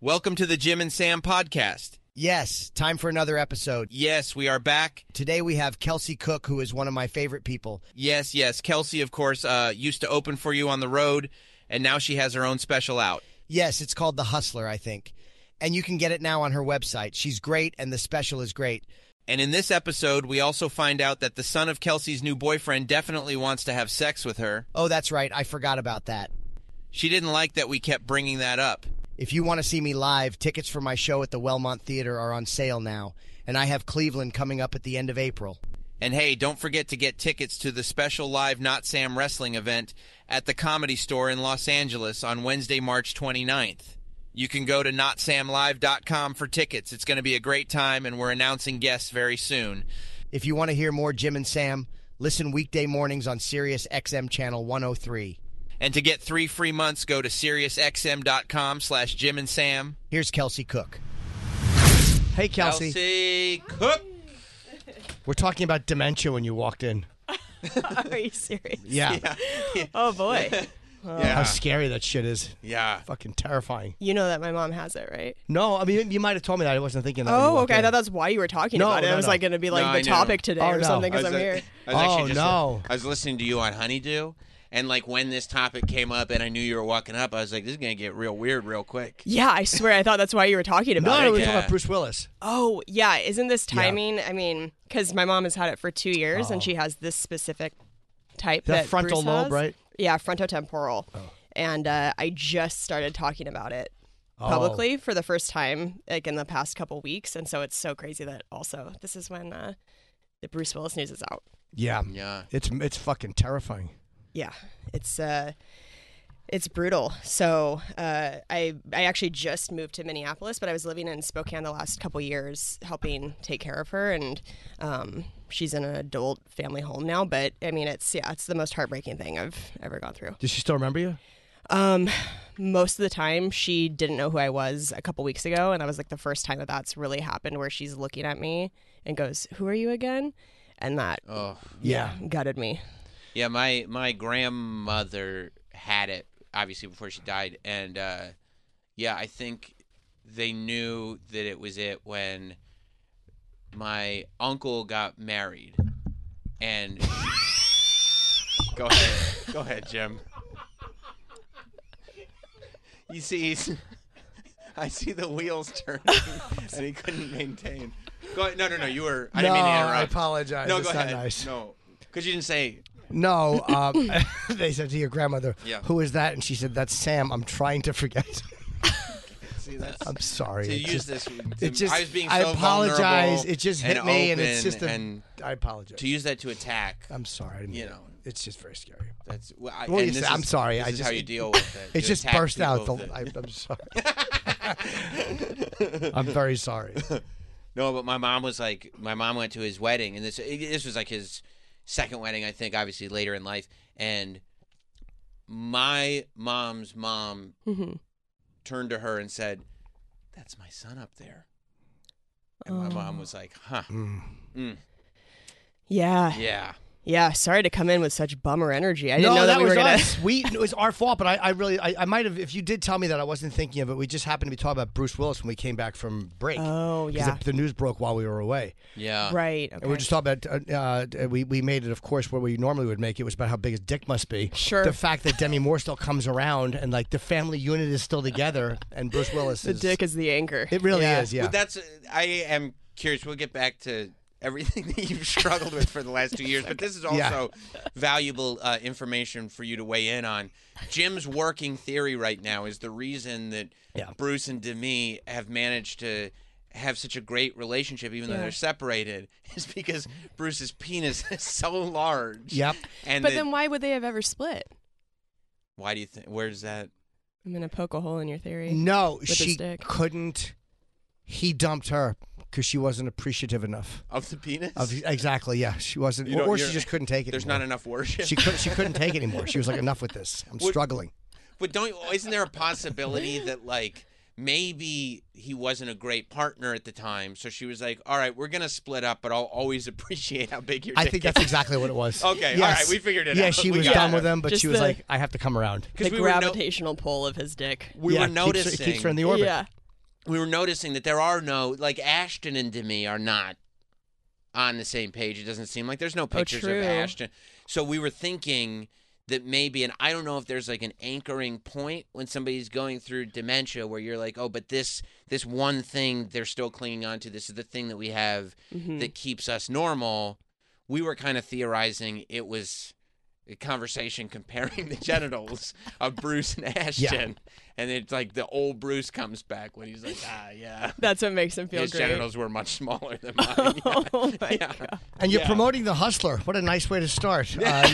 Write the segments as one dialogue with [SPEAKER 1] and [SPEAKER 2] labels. [SPEAKER 1] Welcome to the Jim and Sam podcast.
[SPEAKER 2] Yes, time for another episode.
[SPEAKER 1] Yes, we are back.
[SPEAKER 2] Today we have Kelsey Cook, who is one of my favorite people.
[SPEAKER 1] Yes, yes. Kelsey, of course, uh, used to open for you on the road, and now she has her own special out.
[SPEAKER 2] Yes, it's called The Hustler, I think. And you can get it now on her website. She's great, and the special is great.
[SPEAKER 1] And in this episode, we also find out that the son of Kelsey's new boyfriend definitely wants to have sex with her.
[SPEAKER 2] Oh, that's right. I forgot about that.
[SPEAKER 1] She didn't like that we kept bringing that up.
[SPEAKER 2] If you want to see me live, tickets for my show at the Wellmont Theater are on sale now. And I have Cleveland coming up at the end of April.
[SPEAKER 1] And hey, don't forget to get tickets to the special live Not Sam wrestling event at the Comedy Store in Los Angeles on Wednesday, March 29th. You can go to notsamlive.com for tickets. It's going to be a great time, and we're announcing guests very soon.
[SPEAKER 2] If you want to hear more Jim and Sam, listen weekday mornings on Sirius XM Channel 103.
[SPEAKER 1] And to get three free months, go to SiriusXM.com slash Jim and Sam.
[SPEAKER 2] Here's Kelsey Cook. Hey, Kelsey.
[SPEAKER 1] Kelsey Cook.
[SPEAKER 2] We're talking about dementia when you walked in.
[SPEAKER 3] Are you serious?
[SPEAKER 2] Yeah.
[SPEAKER 3] Oh boy.
[SPEAKER 2] How
[SPEAKER 4] Ah.
[SPEAKER 1] Yeah.
[SPEAKER 2] scary that shit is.
[SPEAKER 1] Yeah.
[SPEAKER 2] Fucking terrifying.
[SPEAKER 3] You know that my mom has it, right?
[SPEAKER 2] No, I mean, you might have told me that. I wasn't thinking that. when you
[SPEAKER 3] Oh,
[SPEAKER 2] walked
[SPEAKER 3] okay. I
[SPEAKER 2] in.
[SPEAKER 3] thought that's why you were talking
[SPEAKER 2] No,
[SPEAKER 3] about it.
[SPEAKER 2] no,
[SPEAKER 3] it was
[SPEAKER 2] no.
[SPEAKER 3] like going to be like
[SPEAKER 1] No, I
[SPEAKER 3] the
[SPEAKER 1] knew.
[SPEAKER 3] topic today
[SPEAKER 2] Oh,
[SPEAKER 3] or
[SPEAKER 2] no.
[SPEAKER 3] something
[SPEAKER 2] I
[SPEAKER 3] because I'm
[SPEAKER 4] was
[SPEAKER 3] here.
[SPEAKER 4] ac- I was actually
[SPEAKER 2] Oh,
[SPEAKER 4] just
[SPEAKER 2] no.
[SPEAKER 4] I was listening to you on Honeydew, and like when this topic came up, and I knew you were walking up, I was like, "This is gonna get real weird real quick."
[SPEAKER 3] Yeah, I swear. I thought that's why you were talking
[SPEAKER 2] No,
[SPEAKER 3] about
[SPEAKER 2] no,
[SPEAKER 3] it.
[SPEAKER 2] we were talking
[SPEAKER 4] Yeah.
[SPEAKER 2] about Bruce Willis.
[SPEAKER 3] Oh, yeah. Isn't this timing? I mean, because my mom has had it for two years and she has this specific type
[SPEAKER 2] The
[SPEAKER 3] that
[SPEAKER 2] Oh. frontal
[SPEAKER 3] Bruce
[SPEAKER 2] lobe,
[SPEAKER 3] has.
[SPEAKER 2] right? Oh.
[SPEAKER 3] Yeah, frontotemporal. And uh, I just started talking about it
[SPEAKER 2] Oh.
[SPEAKER 3] publicly for the first time, like in the past couple weeks, and so it's so crazy that also this is when uh, the Bruce Willis news is out.
[SPEAKER 2] Yeah.
[SPEAKER 4] Yeah.
[SPEAKER 2] It's it's fucking terrifying.
[SPEAKER 3] yeah it's uh it's brutal so uh i i actually just moved to minneapolis but i was living in spokane the last couple years helping take care of her and um she's in an adult family home now but i mean it's yeah it's the most heartbreaking thing i've ever gone through
[SPEAKER 2] Does she still remember you?
[SPEAKER 3] um most of the time she didn't know who i was a couple weeks ago and that was like the first time that that's really happened where she's looking at me and goes who are you again and that
[SPEAKER 4] Oh,
[SPEAKER 2] Yeah.
[SPEAKER 3] gutted me
[SPEAKER 4] yeah. My my grandmother had it obviously before she died, and uh, yeah, I think they knew that it was it when my uncle got married, and go ahead, go ahead, Jim. You see, he's, I see the wheels turning, and he couldn't maintain. Go ahead. No, no, no. You were. I didn't mean to
[SPEAKER 2] No, I
[SPEAKER 4] interrupt.
[SPEAKER 2] apologize.
[SPEAKER 4] No,
[SPEAKER 2] It's
[SPEAKER 4] go
[SPEAKER 2] not
[SPEAKER 4] ahead.
[SPEAKER 2] nice.
[SPEAKER 4] No, because you didn't say.
[SPEAKER 2] No, um, they said to your grandmother,
[SPEAKER 4] Yeah.
[SPEAKER 2] "Who is that?" And she said, "That's Sam." I'm trying to forget.
[SPEAKER 4] See, that's
[SPEAKER 2] I'm sorry.
[SPEAKER 4] to
[SPEAKER 2] It
[SPEAKER 4] use
[SPEAKER 2] Uh, just-
[SPEAKER 4] this.
[SPEAKER 2] it just-
[SPEAKER 4] I was being so
[SPEAKER 2] I apologize.
[SPEAKER 4] vulnerable
[SPEAKER 2] It just hit me, and it's
[SPEAKER 4] open
[SPEAKER 2] just a-
[SPEAKER 4] and
[SPEAKER 2] I apologize.
[SPEAKER 4] to use that to attack.
[SPEAKER 2] I'm sorry. I didn't
[SPEAKER 4] You
[SPEAKER 2] mean it.
[SPEAKER 4] know.
[SPEAKER 2] it's just very scary.
[SPEAKER 4] That's well, I,
[SPEAKER 2] Well,
[SPEAKER 4] and
[SPEAKER 2] you
[SPEAKER 4] this
[SPEAKER 2] said- I'm
[SPEAKER 4] is-
[SPEAKER 2] sorry,
[SPEAKER 4] This
[SPEAKER 2] I
[SPEAKER 4] is
[SPEAKER 2] just-
[SPEAKER 4] how you deal with it.
[SPEAKER 2] It
[SPEAKER 4] to
[SPEAKER 2] just
[SPEAKER 4] attack
[SPEAKER 2] burst out. The,
[SPEAKER 4] people that-
[SPEAKER 2] I, I'm sorry. I'm very sorry.
[SPEAKER 4] No, but my mom was like, my mom went to his wedding, and this this was like his second wedding, I think, obviously later in life, and my mom's mom
[SPEAKER 3] Mhm.
[SPEAKER 4] turned to her and said, "That's my son up there," and my mom was like, "Huh,
[SPEAKER 2] Mm.
[SPEAKER 3] yeah
[SPEAKER 4] yeah."
[SPEAKER 3] Yeah, sorry to come in with such bummer energy. I didn't
[SPEAKER 2] no,
[SPEAKER 3] know that,
[SPEAKER 2] that
[SPEAKER 3] we
[SPEAKER 2] was
[SPEAKER 3] were gonna.
[SPEAKER 2] us. We it was our fault, but I, I really I, I might have if you did tell me that I wasn't thinking of it. We just happened to be talking about Bruce Willis when we came back from break.
[SPEAKER 3] Oh
[SPEAKER 2] 'Cause
[SPEAKER 3] yeah,
[SPEAKER 2] the, the news broke while we were away,
[SPEAKER 4] Yeah.
[SPEAKER 3] right. Okay.
[SPEAKER 2] and we were just talking about uh, uh, we we made it, of course, where we normally would make it was about how big his dick must be.
[SPEAKER 3] Sure.
[SPEAKER 2] The fact that Demi Moore still comes around and like the family unit is still together, and Bruce Willis
[SPEAKER 3] the
[SPEAKER 2] is,
[SPEAKER 3] dick is the anchor.
[SPEAKER 2] It really is, yeah.
[SPEAKER 4] But that's I am curious. We'll get back to everything that you've struggled with for the last two years, but this is
[SPEAKER 2] Yeah.
[SPEAKER 4] also valuable uh, information for you to weigh in on. Jim's working theory right now is the reason that
[SPEAKER 2] Yeah.
[SPEAKER 4] Bruce and Demi have managed to have such a great relationship, even though
[SPEAKER 3] Yeah.
[SPEAKER 4] they're separated, is because Bruce's penis is so large.
[SPEAKER 2] Yep.
[SPEAKER 4] And
[SPEAKER 3] but
[SPEAKER 4] that-
[SPEAKER 3] then why would they have ever split?
[SPEAKER 4] why do you think? Where's that?
[SPEAKER 3] I'm gonna poke a hole in your theory.
[SPEAKER 2] No,
[SPEAKER 3] his
[SPEAKER 2] she
[SPEAKER 3] dick.
[SPEAKER 2] couldn't. He dumped her because she wasn't appreciative enough.
[SPEAKER 4] Of the penis?
[SPEAKER 2] Of exactly, yeah, she wasn't,
[SPEAKER 4] You know,
[SPEAKER 2] or, or she
[SPEAKER 4] you're-
[SPEAKER 2] just couldn't take it.
[SPEAKER 4] There's
[SPEAKER 2] anymore.
[SPEAKER 4] not enough worship.
[SPEAKER 2] She could, she couldn't take it anymore. She was like, "Enough with this. I'm
[SPEAKER 4] Would-
[SPEAKER 2] struggling."
[SPEAKER 4] But don't isn't there a possibility that like maybe he wasn't a great partner at the time, so she was like, "All right, we're gonna split up, but I'll always appreciate how big your
[SPEAKER 2] I
[SPEAKER 4] dick
[SPEAKER 2] think that's exactly what it was.
[SPEAKER 4] Okay, all right, we figured it
[SPEAKER 2] yeah,
[SPEAKER 4] out.
[SPEAKER 2] she
[SPEAKER 4] We
[SPEAKER 2] was
[SPEAKER 4] got
[SPEAKER 2] done
[SPEAKER 4] it.
[SPEAKER 2] with him, but
[SPEAKER 3] Just
[SPEAKER 2] she was
[SPEAKER 3] the-
[SPEAKER 2] like, "I have to come around."
[SPEAKER 3] The
[SPEAKER 4] because we were no-
[SPEAKER 3] gravitational pull of his dick.
[SPEAKER 4] we
[SPEAKER 2] Yeah,
[SPEAKER 4] were
[SPEAKER 2] keeps her- it
[SPEAKER 4] noticing
[SPEAKER 2] keeps her in the orbit.
[SPEAKER 3] Yeah,
[SPEAKER 4] we were noticing that there are no like Ashton and Demi are not on the same page. It doesn't seem like there's no pictures
[SPEAKER 3] true.
[SPEAKER 4] of Ashton. So we were thinking that maybe, and I don't know if there's like an anchoring point when somebody's going through dementia where you're like, oh, but this this one thing they're still clinging on to. This is the thing that we have that keeps us normal. We were kind of theorizing it was a conversation comparing the genitals of Bruce and Ashton, and it's like the old Bruce comes back when he's like, ah, yeah.
[SPEAKER 3] That's what makes him feel
[SPEAKER 4] His
[SPEAKER 3] great.
[SPEAKER 4] genitals were much smaller than mine.
[SPEAKER 3] oh my
[SPEAKER 4] Yeah.
[SPEAKER 3] god.
[SPEAKER 2] And you're
[SPEAKER 4] Yeah.
[SPEAKER 2] promoting The Hustler. What a nice way to start. Uh,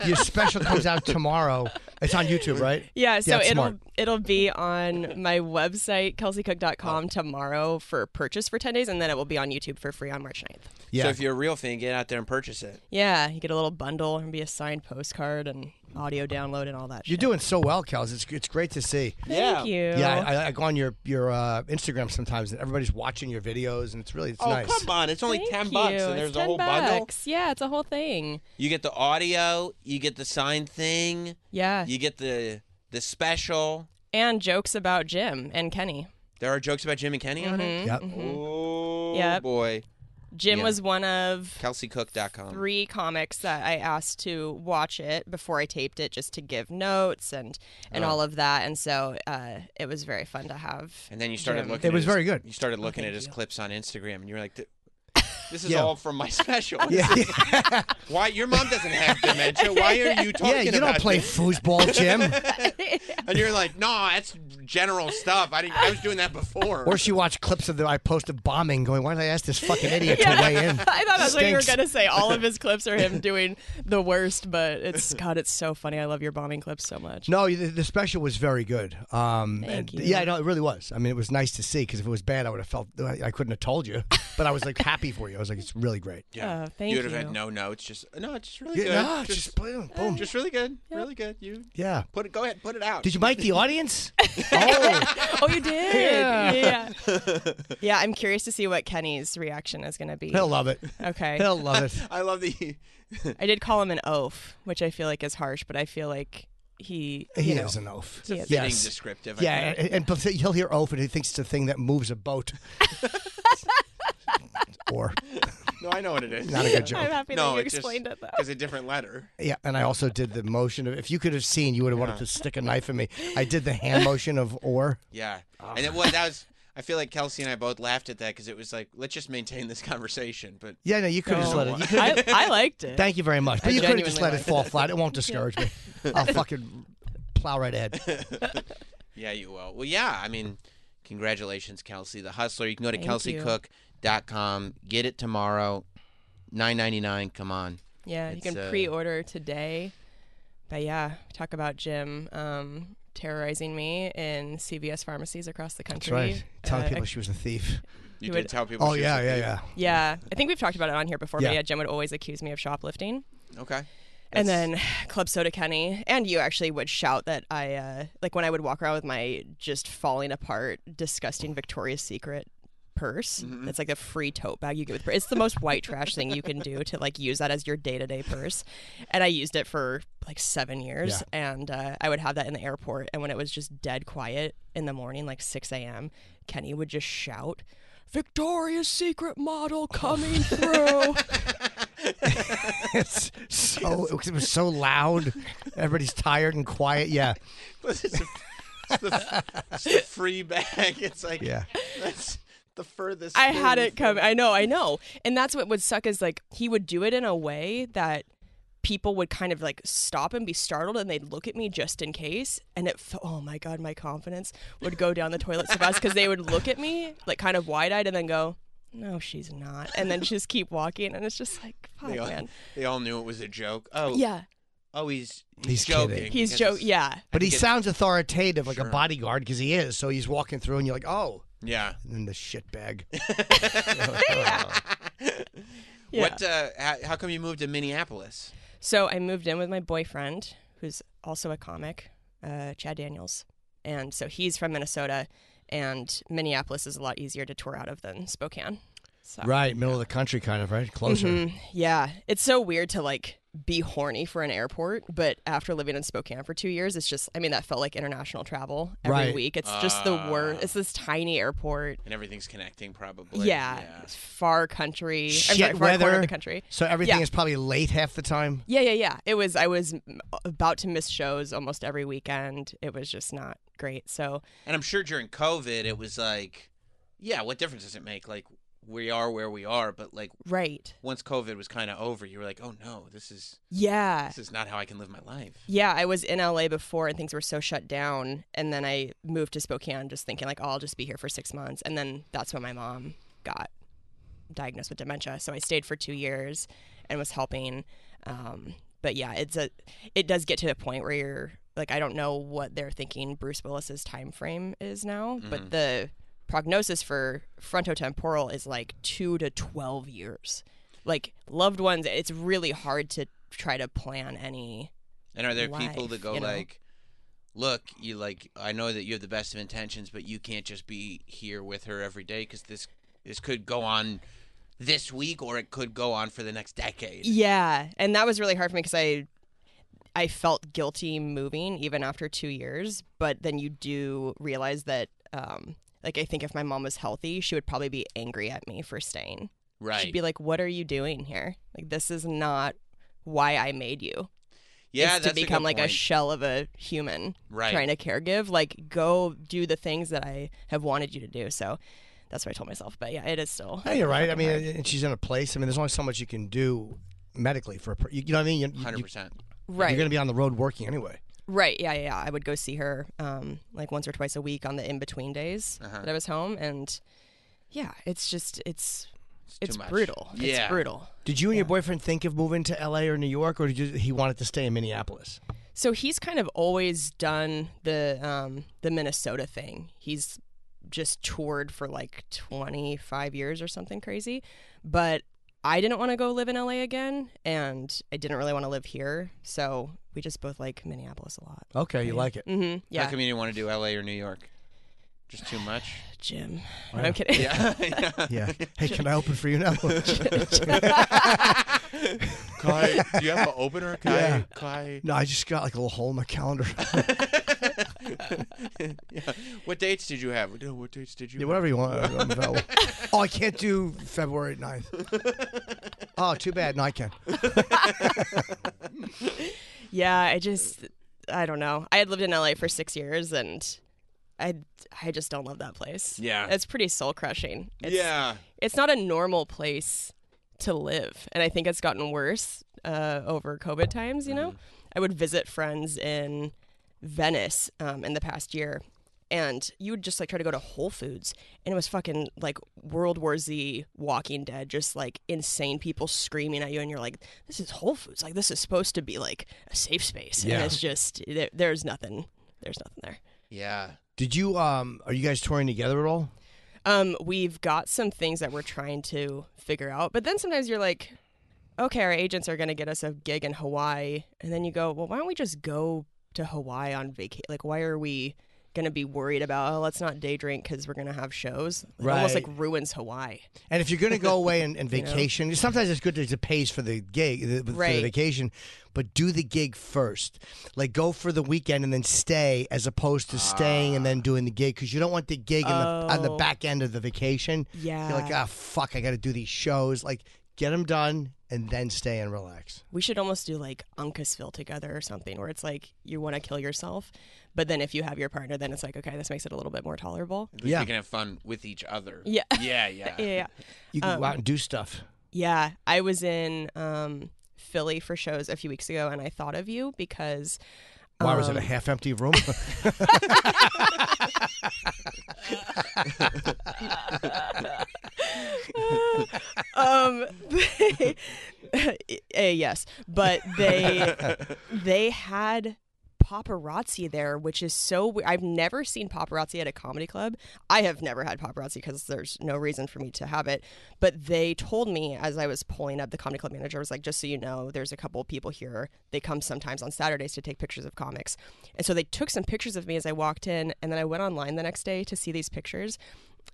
[SPEAKER 2] your, your special comes out tomorrow. It's on YouTube, right?
[SPEAKER 3] Yeah, so
[SPEAKER 2] it's
[SPEAKER 3] it'll
[SPEAKER 2] smart.
[SPEAKER 3] it'll be on my website kelseycook.com tomorrow for purchase for 10 days and then it will be on YouTube for free on March 9th.
[SPEAKER 2] Yeah.
[SPEAKER 4] So if you're a real fan, get out there and purchase it.
[SPEAKER 3] Yeah, you get a little bundle and be a signed postcard and audio download and all that.
[SPEAKER 2] you're
[SPEAKER 3] shit.
[SPEAKER 2] doing so well, Kels. It's, it's great to see.
[SPEAKER 3] Thank you.
[SPEAKER 2] Yeah, I, I go on your your uh, Instagram sometimes, and everybody's watching your videos, and it's really it's
[SPEAKER 4] Oh
[SPEAKER 2] nice.
[SPEAKER 4] come on! It's only
[SPEAKER 3] Thank
[SPEAKER 4] ten bucks,
[SPEAKER 3] you.
[SPEAKER 4] and there's
[SPEAKER 3] it's
[SPEAKER 4] a
[SPEAKER 3] 10
[SPEAKER 4] whole bundle.
[SPEAKER 3] bucks. Yeah, it's a whole thing.
[SPEAKER 4] You get the audio, you get the signed thing,
[SPEAKER 3] Yeah,
[SPEAKER 4] you get the the special.
[SPEAKER 3] and jokes about Jim and Kenny.
[SPEAKER 4] There are jokes about Jim and Kenny on it.
[SPEAKER 2] Yep.
[SPEAKER 4] Oh
[SPEAKER 3] Yep.
[SPEAKER 4] boy!
[SPEAKER 3] Jim
[SPEAKER 4] Yeah.
[SPEAKER 3] was one of
[SPEAKER 4] KelseyCook.com.
[SPEAKER 3] three comics that I asked to watch it before I taped it, just to give notes and
[SPEAKER 4] Oh.
[SPEAKER 3] and all of that. And so uh, it was very fun to have.
[SPEAKER 4] And then you started
[SPEAKER 3] Jim.
[SPEAKER 4] looking.
[SPEAKER 2] It
[SPEAKER 4] at
[SPEAKER 2] was
[SPEAKER 4] his-
[SPEAKER 2] very good.
[SPEAKER 4] You started looking at his clips on Instagram, and you were like, "Th- "This is
[SPEAKER 2] Yeah.
[SPEAKER 4] all from my special.
[SPEAKER 2] yeah,
[SPEAKER 4] Why your mom doesn't have dementia? Why are you talking
[SPEAKER 2] yeah. You
[SPEAKER 4] about
[SPEAKER 2] don't play
[SPEAKER 4] this?"
[SPEAKER 2] foosball, Jim,
[SPEAKER 4] And you're like, "No, that's general stuff. I didn't, I was doing that before."
[SPEAKER 2] or she watched clips of the I posted bombing, going, "Why did I ask this fucking idiot to weigh in?"
[SPEAKER 3] I thought that's what you were
[SPEAKER 2] Stinks.
[SPEAKER 3] gonna say. All of his clips are him doing the worst, but it's God, it's so funny. I love your bombing clips so much.
[SPEAKER 2] No, the, the special was very good. Um,
[SPEAKER 3] Thank
[SPEAKER 2] and-
[SPEAKER 3] you.
[SPEAKER 2] Yeah, no, it really was. I mean, it was nice to see because if it was bad, I would have felt I, I couldn't have told you. But I was like happy for you. I was like, it's really great.
[SPEAKER 4] Yeah.
[SPEAKER 3] Oh, thank
[SPEAKER 4] you would have
[SPEAKER 3] you.
[SPEAKER 4] had no notes. Just no, it's just really
[SPEAKER 2] Yeah,
[SPEAKER 4] good.
[SPEAKER 2] no,
[SPEAKER 4] just,
[SPEAKER 2] just, boom, boom.
[SPEAKER 4] just really good. Really good. You
[SPEAKER 2] yeah.
[SPEAKER 4] put it. Go ahead, put it out.
[SPEAKER 2] Did you mic the audience? oh,
[SPEAKER 3] Oh, you did?
[SPEAKER 2] Yeah.
[SPEAKER 3] Yeah. yeah. Yeah, I'm curious to see what Kenny's reaction is going to be.
[SPEAKER 2] he'll love it.
[SPEAKER 3] okay.
[SPEAKER 2] He'll love it.
[SPEAKER 4] I love the.
[SPEAKER 3] I did call him an oaf, which I feel like is harsh, but I feel like he.
[SPEAKER 2] He
[SPEAKER 3] you know,
[SPEAKER 2] knows an oaf.
[SPEAKER 3] He is.
[SPEAKER 4] Being
[SPEAKER 2] Yes.
[SPEAKER 4] descriptive. I
[SPEAKER 2] Yeah,
[SPEAKER 4] think.
[SPEAKER 2] and, and but he'll hear oaf and he thinks it's a thing that moves a boat. or
[SPEAKER 4] No, I know what it is.
[SPEAKER 2] not a good joke.
[SPEAKER 3] I'm happy
[SPEAKER 4] No,
[SPEAKER 3] that you
[SPEAKER 4] it just-
[SPEAKER 3] explained it though.
[SPEAKER 4] It's a different letter.
[SPEAKER 2] Yeah, and I also did the motion of if you could have seen, you would have wanted to stick a knife in me. I did the hand motion of or.
[SPEAKER 4] Yeah, and it was that was. I feel like Kelsey and I both laughed at that because it was like, let's just maintain this conversation. But
[SPEAKER 2] Yeah, no, you could have just let it. You could,
[SPEAKER 3] I, I liked it.
[SPEAKER 2] thank you very much, but you could have just
[SPEAKER 3] Oh, genuinely
[SPEAKER 2] let it
[SPEAKER 3] liked
[SPEAKER 2] fall flat. It won't discourage me. I'll fucking plow right ahead.
[SPEAKER 4] yeah, you will. Well, yeah. I mean, congratulations, Kelsey, the hustler. You can go to
[SPEAKER 3] Thank you.
[SPEAKER 4] kelseycook.com. Get it tomorrow, nine ninety nine. Come on.
[SPEAKER 3] yeah, you can
[SPEAKER 4] It's, uh,
[SPEAKER 3] pre-order today. But yeah, talk about Jim um, terrorizing me in CVS pharmacies across the country.
[SPEAKER 2] Telling
[SPEAKER 3] Uh,
[SPEAKER 2] people she was a thief.
[SPEAKER 4] You
[SPEAKER 3] He
[SPEAKER 4] did
[SPEAKER 3] would-
[SPEAKER 4] tell people.
[SPEAKER 2] Oh
[SPEAKER 4] she was
[SPEAKER 2] yeah,
[SPEAKER 4] a
[SPEAKER 2] yeah,
[SPEAKER 4] thief.
[SPEAKER 2] yeah.
[SPEAKER 3] Yeah, I think we've talked about it on here before.
[SPEAKER 2] Yeah.
[SPEAKER 3] But yeah, Jim would always accuse me of shoplifting.
[SPEAKER 4] Okay.
[SPEAKER 3] and
[SPEAKER 4] That's-
[SPEAKER 3] then Club Soda Kenny and you actually would shout that I uh, like when I would walk around with my just falling apart, disgusting Victoria's Secret purse. It's like the free tote bag you get with. It's the most white trash thing you can do to like use that as your day to day purse. And I used it for like seven years, and uh, I would have that in the airport. And when it was just dead quiet in the morning, like six a.m., Kenny would just shout. Victoria's Secret model coming through.
[SPEAKER 2] It's so it was so loud. Everybody's tired and quiet. Yeah,
[SPEAKER 4] it's, a, it's, the, it's the free bag. It's like
[SPEAKER 2] Yeah.
[SPEAKER 4] That's the furthest.
[SPEAKER 3] I had
[SPEAKER 4] thing
[SPEAKER 3] it come. I know, I know. And that's what would suck is like he would do it in a way that people would kind of like stop and be startled and they'd look at me just in case and it fe- oh my god my confidence would go down the toilet so fast because they would look at me like kind of wide-eyed and then go no she's not and then just keep walking and it's just like fuck
[SPEAKER 4] They all,
[SPEAKER 3] Oh, man
[SPEAKER 4] they all knew it was a joke. Oh yeah.
[SPEAKER 3] yeah
[SPEAKER 4] Oh, he's he's,
[SPEAKER 2] He's kidding.
[SPEAKER 4] joking.
[SPEAKER 3] he's
[SPEAKER 4] because
[SPEAKER 3] joke
[SPEAKER 4] it's-
[SPEAKER 3] yeah
[SPEAKER 2] but he
[SPEAKER 4] think it-
[SPEAKER 2] sounds authoritative, like a
[SPEAKER 4] Sure.
[SPEAKER 2] bodyguard, because he is. So he's walking through, and you're like, oh,
[SPEAKER 4] Yeah.
[SPEAKER 2] and then the shit bag.
[SPEAKER 3] yeah
[SPEAKER 4] What? Uh, how, how come you moved to Minneapolis?
[SPEAKER 3] So I moved in with my boyfriend, who's also a comic, uh, Chad Daniels. And so he's from Minnesota, and Minneapolis is a lot easier to tour out of than Spokane. Mm-hmm.
[SPEAKER 2] Right, middle of the country, kind of right, closer.
[SPEAKER 3] Mm, yeah. It's so weird to like be horny for an airport, but after living in Spokane for two years, it's just I mean that felt like international travel every
[SPEAKER 2] Right.
[SPEAKER 3] week. It's just the
[SPEAKER 4] Ah.
[SPEAKER 3] worst. It's this tiny airport.
[SPEAKER 4] and everything's connecting probably.
[SPEAKER 3] yeah, it's far country. I'm sorry,
[SPEAKER 2] Shit
[SPEAKER 3] far corner
[SPEAKER 2] weather.
[SPEAKER 3] of the country.
[SPEAKER 2] So everything
[SPEAKER 3] Yeah.
[SPEAKER 2] is probably late half the time.
[SPEAKER 3] Yeah, yeah, yeah. It was. I was mm, about to miss shows almost every weekend. It was just not great. So
[SPEAKER 4] And I'm sure during COVID, it was like, yeah, what difference does it make? Like, we are where we are, but like
[SPEAKER 3] right.
[SPEAKER 4] once COVID was kind of over, you were like, oh no, this is
[SPEAKER 3] Yeah.
[SPEAKER 4] this is not how I can live my life.
[SPEAKER 3] Yeah, I was in LA before and things were so shut down. And then I moved to Spokane just thinking, like, oh, I'll just be here for six months. And then that's when my mom got diagnosed with dementia. So I stayed for two years and was helping. Um, but yeah, it's a it does get to a point where you're like, I don't know what they're thinking Bruce Willis's time frame is now, but the prognosis for frontotemporal is like two to twelve years. Like loved ones, it's really hard to try to plan any
[SPEAKER 4] And are there people
[SPEAKER 3] Life,
[SPEAKER 4] that go
[SPEAKER 3] you know?
[SPEAKER 4] like, look, you like, I know that you have the best of intentions, but you can't just be here with her every day because this this could go on this week or it could go on for the next decade.
[SPEAKER 3] Yeah, and that was really hard for me because I, I felt guilty moving even after two years. But then you do realize that, um, like, I think if my mom was healthy, she would probably be angry at me for staying.
[SPEAKER 4] Right.
[SPEAKER 3] She'd be like, "What are you doing here? Like, this is not why I made you.
[SPEAKER 4] yeah,
[SPEAKER 3] is
[SPEAKER 4] that's
[SPEAKER 3] to become
[SPEAKER 4] a good
[SPEAKER 3] like a
[SPEAKER 4] point.
[SPEAKER 3] shell of a human
[SPEAKER 4] Right.
[SPEAKER 3] trying to caregive. Like, go do the things that I have wanted you to do." So. That's what I told myself, but yeah, it is still.
[SPEAKER 2] Yeah, you're right. I
[SPEAKER 3] fucking
[SPEAKER 2] mean,
[SPEAKER 3] hard.
[SPEAKER 2] and she's in a place. I mean, there's only so much you can do medically for a. per- You, you know what I mean? You, you,
[SPEAKER 4] Hundred
[SPEAKER 2] you,
[SPEAKER 4] percent.
[SPEAKER 3] right?
[SPEAKER 2] You're going to be on the road working anyway.
[SPEAKER 3] Right. Yeah, yeah. yeah. I would go see her um, like once or twice a week on the in between days
[SPEAKER 4] Uh-huh.
[SPEAKER 3] that I was home, and yeah, it's just it's it's,
[SPEAKER 4] much.
[SPEAKER 3] brutal.
[SPEAKER 4] Yeah.
[SPEAKER 3] It's brutal.
[SPEAKER 2] Did you and your boyfriend think of moving to L.A. or New York, or did you, he wanted to stay in Minneapolis?
[SPEAKER 3] So he's kind of always done the um, the Minnesota thing. He's just toured for like 25 years or something crazy, but I didn't want to go live in LA again, and I didn't really want to live here, so we just both like Minneapolis a lot.
[SPEAKER 2] Okay, you like it.
[SPEAKER 3] Mm-hmm.
[SPEAKER 4] How
[SPEAKER 3] Yeah,
[SPEAKER 4] come you didn't want to do L.A. or New York? Just too much.
[SPEAKER 3] Jim. No, I'm kidding.
[SPEAKER 4] yeah.
[SPEAKER 2] Yeah. Hey, can I open for you now?
[SPEAKER 5] Kai, do you have an opener, Kai?
[SPEAKER 2] Yeah.
[SPEAKER 5] Kai.
[SPEAKER 2] no, I just got like a little hole in my calendar.
[SPEAKER 4] yeah. What dates did you have?
[SPEAKER 5] No, what dates did you?
[SPEAKER 2] Yeah, whatever you want. I'm available. oh, I can't do February 9th. oh, too bad. No, I can.
[SPEAKER 3] Yeah, I just I don't know. I had lived in LA for six years and I I just don't love that place.
[SPEAKER 4] Yeah.
[SPEAKER 3] It's pretty soul crushing. It's,
[SPEAKER 4] yeah.
[SPEAKER 3] It's not a normal place to live. And I think it's gotten worse uh, over COVID times, you know? I would visit friends in Venice um, in the past year and you would just like try to go to Whole Foods and it was fucking like World War Z, Walking Dead, just like insane people screaming at you and you're like, this is Whole Foods. Like this is supposed to be like a safe space.
[SPEAKER 2] Yeah.
[SPEAKER 3] And it's just, there, there's nothing, there's nothing there.
[SPEAKER 4] Yeah.
[SPEAKER 2] Did you, um, are you guys touring together at all?
[SPEAKER 3] Um, we've got some things that we're trying to figure out, but then sometimes you're like, okay, our agents are going to get us a gig in Hawaii, and then you go, well, why don't we just go to Hawaii on vacation? Like, why are we going to be worried about? Oh, let's not day drink because we're going to have shows. It
[SPEAKER 2] Right.
[SPEAKER 3] almost like ruins Hawaii.
[SPEAKER 2] And if you're going to go away and, and vacation, sometimes it's good to, to pays for the gig, the, for the
[SPEAKER 3] Right.
[SPEAKER 2] vacation, but do the gig first. Like go for the weekend and then stay, as opposed to staying and then doing the gig, because you don't want the gig in the, on the
[SPEAKER 3] Oh.
[SPEAKER 2] back end of the vacation. You're like,
[SPEAKER 3] Yeah.
[SPEAKER 2] ah, fuck, I got to do these shows. Like get them done and then stay and relax.
[SPEAKER 3] We should almost do like Uncasville together or something, where it's like you want to kill yourself, but then if you have your partner, then it's like, okay, this makes it a little bit more tolerable.
[SPEAKER 4] At least
[SPEAKER 2] Yeah.
[SPEAKER 4] We can have fun with each other.
[SPEAKER 3] Yeah.
[SPEAKER 4] Yeah. Yeah.
[SPEAKER 3] Yeah, yeah.
[SPEAKER 2] You can
[SPEAKER 3] Um,
[SPEAKER 2] go out and do stuff.
[SPEAKER 3] Yeah, I was in um, Philly for shows a few weeks ago, and I thought of you because
[SPEAKER 2] Why was it a
[SPEAKER 3] um,
[SPEAKER 2] half empty room?
[SPEAKER 3] um, they, eh, yes, but they they had paparazzi there, which is so weird. I've never seen paparazzi at a comedy club. I have never had paparazzi because there's no reason for me to have it. But they told me as I was pulling up, the comedy club manager was like, just so you know, there's a couple of people here. They come sometimes on Saturdays to take pictures of comics. And so they took some pictures of me as I walked in. And then I went online the next day to see these pictures.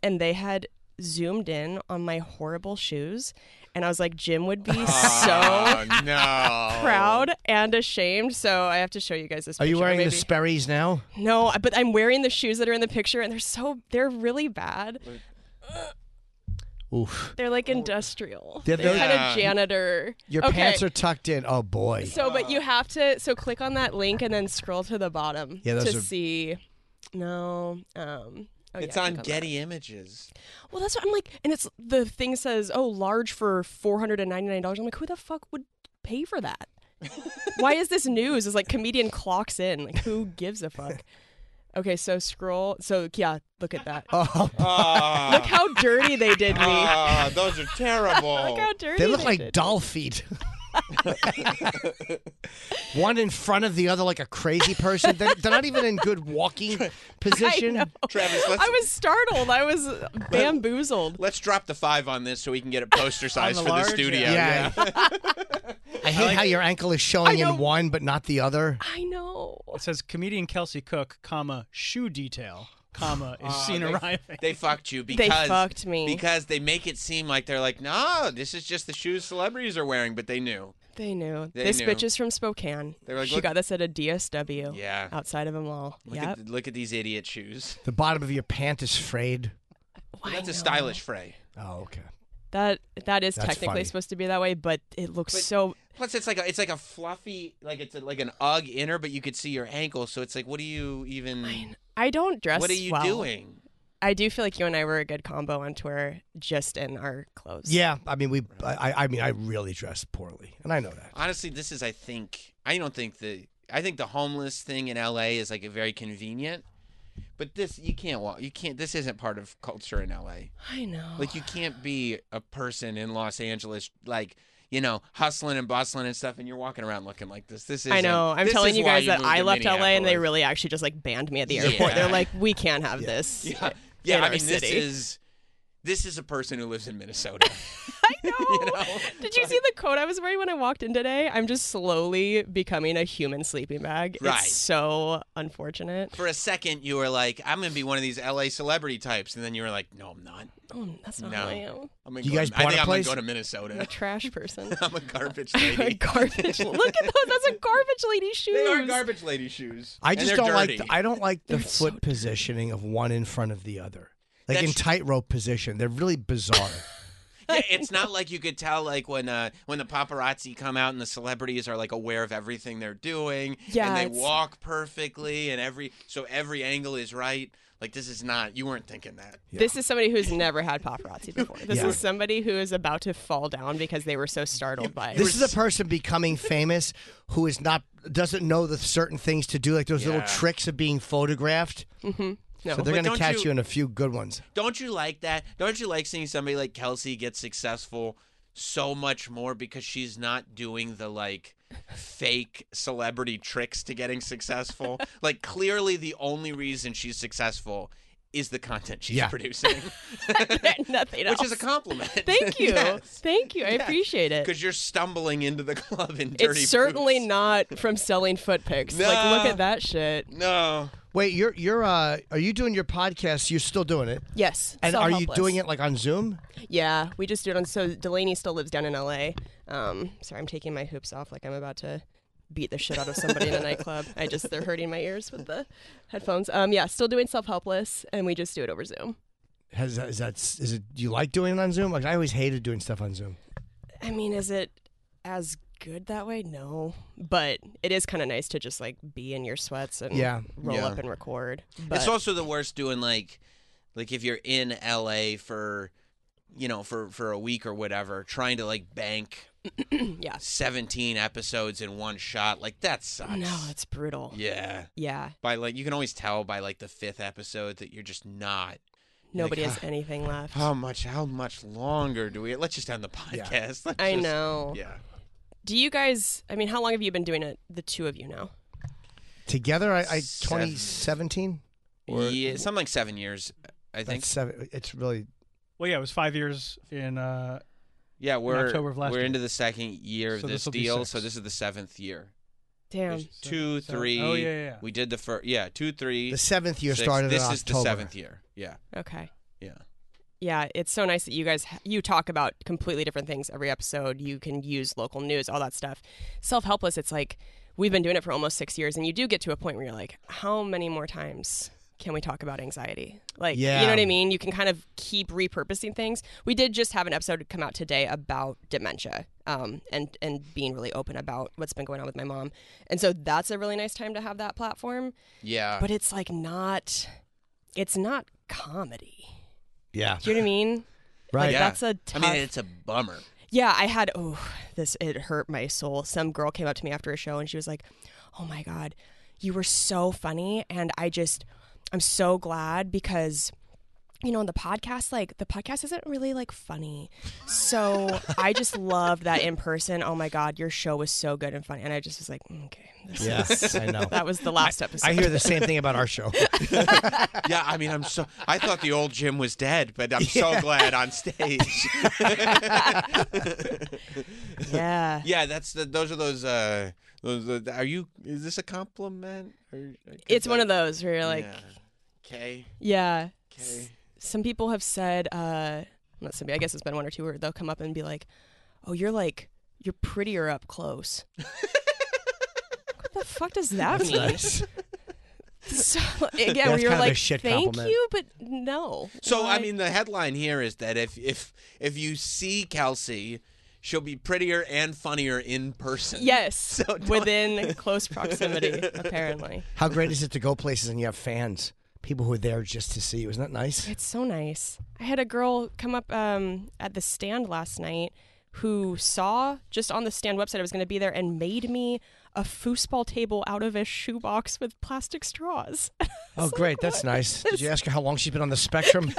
[SPEAKER 3] And they had zoomed in on my horrible shoes And I was like, Jim would be so
[SPEAKER 4] Oh, no.
[SPEAKER 3] proud and ashamed. So I have to show you guys this.
[SPEAKER 2] Are you
[SPEAKER 3] picture,
[SPEAKER 2] wearing the
[SPEAKER 3] maybe.
[SPEAKER 2] Sperry's now?
[SPEAKER 3] No, but I'm wearing the shoes that are in the picture, and they're so they're really bad.
[SPEAKER 2] Oof.
[SPEAKER 3] They're like industrial.
[SPEAKER 2] They're very-
[SPEAKER 3] kind
[SPEAKER 4] Yeah.
[SPEAKER 3] of janitor.
[SPEAKER 2] Your
[SPEAKER 3] Okay.
[SPEAKER 2] pants are tucked in. Oh boy.
[SPEAKER 3] So, but you have to so click on that link and then scroll to the bottom
[SPEAKER 2] Yeah, those
[SPEAKER 3] to
[SPEAKER 2] are-
[SPEAKER 3] see. No, um, oh,
[SPEAKER 4] It's
[SPEAKER 3] yeah,
[SPEAKER 4] on
[SPEAKER 3] click that.
[SPEAKER 4] Getty Images.
[SPEAKER 3] Well, that's what I'm like, and it's the thing says, "Oh, large for four hundred and ninety nine dollars." I'm like, who the fuck would pay for that? Why is this news? Is like comedian clocks in. Like, who gives a fuck? Okay, so scroll. So yeah, look at that.
[SPEAKER 2] Oh,
[SPEAKER 3] Look
[SPEAKER 4] Oh.
[SPEAKER 3] how dirty they did me.
[SPEAKER 4] Ah, those are terrible.
[SPEAKER 3] Look how dirty
[SPEAKER 2] they look like
[SPEAKER 3] did.
[SPEAKER 2] doll feet. One in front of the other, like a crazy person. They're, they're not even in good walking position.
[SPEAKER 4] Travis, let's,
[SPEAKER 3] I was startled. I was bamboozled.
[SPEAKER 4] let's drop the five on this so we can get it poster size
[SPEAKER 5] the
[SPEAKER 4] for the
[SPEAKER 5] large,
[SPEAKER 4] studio.
[SPEAKER 5] yeah.
[SPEAKER 2] Yeah. I hate how your ankle is showing in one but not the other.
[SPEAKER 3] I know.
[SPEAKER 6] It says comedian Kelsey Cook, comma shoe detail, comma is seen
[SPEAKER 4] Ah, they-
[SPEAKER 6] arriving.
[SPEAKER 4] They fucked you
[SPEAKER 3] They
[SPEAKER 4] because
[SPEAKER 3] fucked me.
[SPEAKER 4] because they make it seem like they're like, no, this is just the shoes celebrities are wearing, but they knew.
[SPEAKER 3] They knew.
[SPEAKER 4] They
[SPEAKER 3] this
[SPEAKER 4] knew.
[SPEAKER 3] bitch is from Spokane.
[SPEAKER 4] They were like,
[SPEAKER 3] she
[SPEAKER 4] look-
[SPEAKER 3] got this at a DSW.
[SPEAKER 4] Yeah.
[SPEAKER 3] Outside of a mall.
[SPEAKER 4] Look,
[SPEAKER 3] Yep.
[SPEAKER 4] at, look at these idiot shoes.
[SPEAKER 2] The bottom of your pant is frayed.
[SPEAKER 3] Oh, I
[SPEAKER 4] That's a
[SPEAKER 3] know.
[SPEAKER 4] stylish fray.
[SPEAKER 2] Oh, okay.
[SPEAKER 3] That that is
[SPEAKER 2] That's
[SPEAKER 3] technically
[SPEAKER 2] funny.
[SPEAKER 3] supposed to be that way, but it looks
[SPEAKER 4] But-
[SPEAKER 3] so.
[SPEAKER 4] Plus, it's like a, it's like a fluffy, like it's a, like an UGG inner, but you could see your ankle. So it's like, what do you even?
[SPEAKER 3] I don't dress.
[SPEAKER 4] What are you
[SPEAKER 3] well.
[SPEAKER 4] doing?
[SPEAKER 3] I do feel like you and I were a good combo on Twitter, just in our clothes.
[SPEAKER 2] Yeah, I mean we. I, I- I mean I really dress poorly, and I know that.
[SPEAKER 4] Honestly, this is I think I don't think the I think the homeless thing in LA is like a very convenient. But this you can't walk. You can't. This isn't part of culture in LA.
[SPEAKER 3] I know.
[SPEAKER 4] Like you can't be a person in Los Angeles like you know hustling and bustling and stuff, and you're walking around looking like this. This is
[SPEAKER 3] I know. I'm telling you guys that I left LA and they
[SPEAKER 4] really.
[SPEAKER 3] really actually just like banned me at the airport.
[SPEAKER 4] Yeah.
[SPEAKER 3] They're like, we can't have this.
[SPEAKER 4] Yeah, yeah.
[SPEAKER 3] in
[SPEAKER 4] I
[SPEAKER 3] our
[SPEAKER 4] mean, this
[SPEAKER 3] city.
[SPEAKER 4] is this is a person who lives in Minnesota.
[SPEAKER 3] I know. Did you see the coat I was wearing when I walked in today? I'm just slowly becoming a human sleeping bag.
[SPEAKER 4] Right.
[SPEAKER 3] It's so unfortunate.
[SPEAKER 4] For a second, you were like, "I'm gonna be one of these LA celebrity types," and then you were like, "No, I'm not.
[SPEAKER 3] Oh, that's not
[SPEAKER 4] No.
[SPEAKER 3] who I am.
[SPEAKER 4] I'm gonna
[SPEAKER 2] You
[SPEAKER 4] go
[SPEAKER 2] guys
[SPEAKER 4] to, I
[SPEAKER 2] bought
[SPEAKER 4] think
[SPEAKER 2] a
[SPEAKER 4] I'm
[SPEAKER 2] place?
[SPEAKER 4] gonna go to
[SPEAKER 3] I'm a
[SPEAKER 4] Minnesota.
[SPEAKER 3] trash person.
[SPEAKER 4] I'm a garbage
[SPEAKER 3] A
[SPEAKER 4] lady.
[SPEAKER 3] garbage. Look at those. That's a garbage lady shoes.
[SPEAKER 4] they are garbage lady shoes.
[SPEAKER 2] I
[SPEAKER 4] And
[SPEAKER 2] just
[SPEAKER 4] they're
[SPEAKER 2] don't like.
[SPEAKER 4] dirty.
[SPEAKER 2] The, I don't like the
[SPEAKER 3] They're so
[SPEAKER 2] foot positioning of one in front of the other, like in
[SPEAKER 4] That's-
[SPEAKER 2] tightrope position. They're really bizarre.
[SPEAKER 4] yeah, it's not like you could tell like when uh when the paparazzi come out and the celebrities are like aware of everything they're doing
[SPEAKER 3] Yeah,
[SPEAKER 4] and they
[SPEAKER 3] it's-
[SPEAKER 4] walk perfectly and every so every angle is right. Like this is not you weren't thinking that.
[SPEAKER 3] This is somebody who's never had paparazzi before. This
[SPEAKER 2] Yeah.
[SPEAKER 3] is somebody who is about to fall down because they were so startled by it.
[SPEAKER 2] this is a person becoming famous who is not doesn't know the certain things to do, like those little
[SPEAKER 4] Yeah. Mm-hmm.
[SPEAKER 2] tricks of being photographed.
[SPEAKER 3] No.
[SPEAKER 2] So they're
[SPEAKER 4] But
[SPEAKER 2] gonna
[SPEAKER 4] don't
[SPEAKER 2] catch
[SPEAKER 4] you-
[SPEAKER 2] you in a few good ones.
[SPEAKER 4] Don't you like that? Don't you like seeing somebody like Kelsey get successful so much more because she's not doing the like fake celebrity tricks to getting successful? like clearly the only reason she's successful is the content she's
[SPEAKER 2] Yeah.
[SPEAKER 4] producing,
[SPEAKER 3] Nothing else.
[SPEAKER 4] which is a compliment.
[SPEAKER 3] Thank you. Thank you. I appreciate it.
[SPEAKER 4] Because you're stumbling into the club in dirty
[SPEAKER 3] It's certainly
[SPEAKER 4] boots.
[SPEAKER 3] not from selling foot pics. Like, look
[SPEAKER 4] No.
[SPEAKER 3] at that shit.
[SPEAKER 4] No.
[SPEAKER 2] Wait, you're you're uh, are you doing your podcast? You're still doing it,
[SPEAKER 3] Yes.
[SPEAKER 2] and
[SPEAKER 3] so
[SPEAKER 2] are you
[SPEAKER 3] helpless.
[SPEAKER 2] doing it like on Zoom?
[SPEAKER 3] Yeah, we just do it on. So Delaney still lives down in LA. Um, sorry, I'm taking my hoops off like I'm about to beat the shit out of somebody in a nightclub. I just they're hurting my ears with the headphones. Um, yeah, still doing self helpless, and we just do it over Zoom.
[SPEAKER 2] Has that, is that is it? Do you like doing it on Zoom? Like I always hated doing stuff on Zoom.
[SPEAKER 3] I mean, is it as good that way? No, but it is kind of nice to just like be in your sweats
[SPEAKER 4] Mm.
[SPEAKER 3] and
[SPEAKER 2] Yeah.
[SPEAKER 3] roll
[SPEAKER 4] Yeah.
[SPEAKER 3] up and record. But
[SPEAKER 4] It's also the worst doing like like if you're in LA for you know for for a week or whatever trying to like bank
[SPEAKER 3] yeah,
[SPEAKER 4] 17 episodes in one shot. Like that sucks.
[SPEAKER 3] no, it's brutal.
[SPEAKER 4] yeah.
[SPEAKER 3] yeah.
[SPEAKER 4] By like you can always tell by like the fifth episode that you're just not.
[SPEAKER 3] Nobody
[SPEAKER 4] Like,
[SPEAKER 3] has anything left.
[SPEAKER 4] How much how much longer do we let's just end the podcast. Let's
[SPEAKER 3] I
[SPEAKER 4] just-
[SPEAKER 3] know.
[SPEAKER 4] Yeah.
[SPEAKER 3] Do you guys? I mean, how long have you been doing it? The two of you now.
[SPEAKER 2] Together, I, I
[SPEAKER 4] Seven.
[SPEAKER 2] 2017.
[SPEAKER 4] yeah, something like 7 years I think.
[SPEAKER 2] That's seven. It's really
[SPEAKER 6] well, yeah, it was five years in. Uh,
[SPEAKER 4] yeah, we're
[SPEAKER 6] October of last
[SPEAKER 4] we're
[SPEAKER 6] year.
[SPEAKER 4] into the second year of
[SPEAKER 6] So
[SPEAKER 4] this
[SPEAKER 6] this'll be
[SPEAKER 4] deal,
[SPEAKER 6] six.
[SPEAKER 4] so this is the 7th year.
[SPEAKER 3] Damn.
[SPEAKER 4] There's two,
[SPEAKER 6] seven-
[SPEAKER 4] three.
[SPEAKER 6] oh, yeah, yeah, yeah.
[SPEAKER 4] We did the first yeah, 2 3
[SPEAKER 2] the seventh year
[SPEAKER 4] six.
[SPEAKER 2] started.
[SPEAKER 4] This
[SPEAKER 2] in
[SPEAKER 4] is the
[SPEAKER 2] October.
[SPEAKER 4] 7th year. Yeah.
[SPEAKER 3] Okay.
[SPEAKER 4] Yeah.
[SPEAKER 3] yeah, it's so nice that you guys you talk about completely different things every episode. You can use local news, all that stuff. Self helpless, it's like we've been doing it for almost six years, and you do get to a point where you're like, how many more times can we talk about anxiety? Like, you know
[SPEAKER 2] Yeah.
[SPEAKER 3] what I mean? You can kind of keep repurposing things. We did just have an episode come out today about dementia, um, and and being really open about what's been going on with my mom, and so that's a really nice time to have that platform.
[SPEAKER 4] Yeah.
[SPEAKER 3] But it's like not, it's not comedy.
[SPEAKER 2] Yeah.
[SPEAKER 3] Do you know what I mean?
[SPEAKER 2] Right.
[SPEAKER 3] Like,
[SPEAKER 4] Yeah.
[SPEAKER 3] That's a tough.
[SPEAKER 4] I mean, it's a bummer.
[SPEAKER 3] yeah, I had oh, this it hurt my soul. Some girl came up to me after a show and she was like, "Oh my god, you were so funny and I just I'm so glad because you know, on the podcast, like the podcast isn't really like funny. So I just loved that in person. Oh my God, your show was so good and funny. And I just was like, "Mm, okay, this
[SPEAKER 2] Yeah,
[SPEAKER 3] is-
[SPEAKER 2] I know.
[SPEAKER 3] That was the last episode.
[SPEAKER 2] I hear the same thing about our show.
[SPEAKER 4] Yeah, I mean, I'm so. I thought the old Jim was dead, but I'm so glad on stage.
[SPEAKER 3] yeah.
[SPEAKER 4] yeah, that's the. Those are those. uh Those. Uh, are you? Is this a compliment? Or, uh,
[SPEAKER 3] It's one of those where you're like,
[SPEAKER 4] Okay.
[SPEAKER 3] yeah.
[SPEAKER 4] Okay.
[SPEAKER 3] some people have said uh not somebody i guess it's been one or two where they'll come up and be like oh you're like you're prettier up close what the fuck does that mean so again
[SPEAKER 2] That's
[SPEAKER 3] we were
[SPEAKER 2] kind of a
[SPEAKER 3] like
[SPEAKER 2] shit
[SPEAKER 3] thank
[SPEAKER 2] compliment."
[SPEAKER 3] you but no
[SPEAKER 4] So I
[SPEAKER 3] Why-
[SPEAKER 4] mean, the headline here is that if if if you see Kelsey, she'll be prettier and funnier in person.
[SPEAKER 3] yes
[SPEAKER 4] don't-
[SPEAKER 3] within close proximity apparently
[SPEAKER 2] How great is it to go places and you have fans, people who are there just to see you? Isn't that nice?
[SPEAKER 3] It's so nice. I had a girl come up um, at the stand last night who saw just on the stand website I was going to be there and made me a foosball table out of a shoebox with plastic straws.
[SPEAKER 2] Oh, great. That's nice. Did you ask her how long she's been on the spectrum?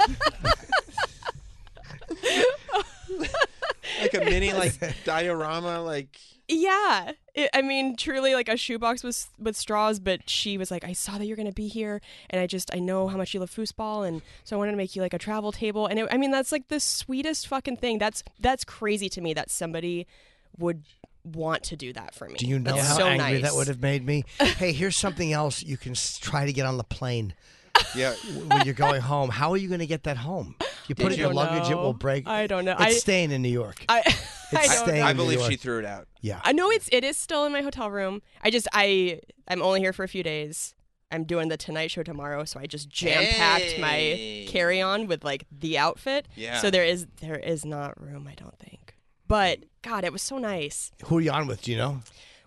[SPEAKER 4] Like a mini like diorama like.
[SPEAKER 3] yeah. It, I mean, truly like a shoebox with, with straws, but she was like, I saw that you're going to be here and I just, I know how much you love foosball. And so I wanted to make you like a travel table. And it, I mean, that's like the sweetest fucking thing. That's, that's crazy to me that somebody would want to do that for me.
[SPEAKER 2] Do you know
[SPEAKER 3] That's
[SPEAKER 2] how
[SPEAKER 3] so
[SPEAKER 2] angry
[SPEAKER 3] nice.
[SPEAKER 2] that would have made me? Hey, here's something else you can s- try to get on the plane
[SPEAKER 4] Yeah.
[SPEAKER 2] when you're going home. How are you going to get that home? You put
[SPEAKER 4] Did
[SPEAKER 2] it in your
[SPEAKER 4] you-
[SPEAKER 2] luggage, it will
[SPEAKER 3] know.
[SPEAKER 2] break.
[SPEAKER 3] I don't know.
[SPEAKER 2] It's
[SPEAKER 3] I-
[SPEAKER 2] staying in New York.
[SPEAKER 3] I, I
[SPEAKER 2] It's
[SPEAKER 3] don't
[SPEAKER 2] staying.
[SPEAKER 3] know.
[SPEAKER 4] I
[SPEAKER 2] in New
[SPEAKER 4] believe
[SPEAKER 2] York.
[SPEAKER 4] she threw it out.
[SPEAKER 2] Yeah.
[SPEAKER 3] I know it's it is still in my hotel room. I just I I'm only here for a few days. I'm doing the Tonight Show tomorrow, so I just jam packed
[SPEAKER 4] Hey.
[SPEAKER 3] my carry on with like the outfit.
[SPEAKER 4] Yeah.
[SPEAKER 3] So there is there is not room, I don't think. But God, it was so nice.
[SPEAKER 2] Who are you on with? Do you know?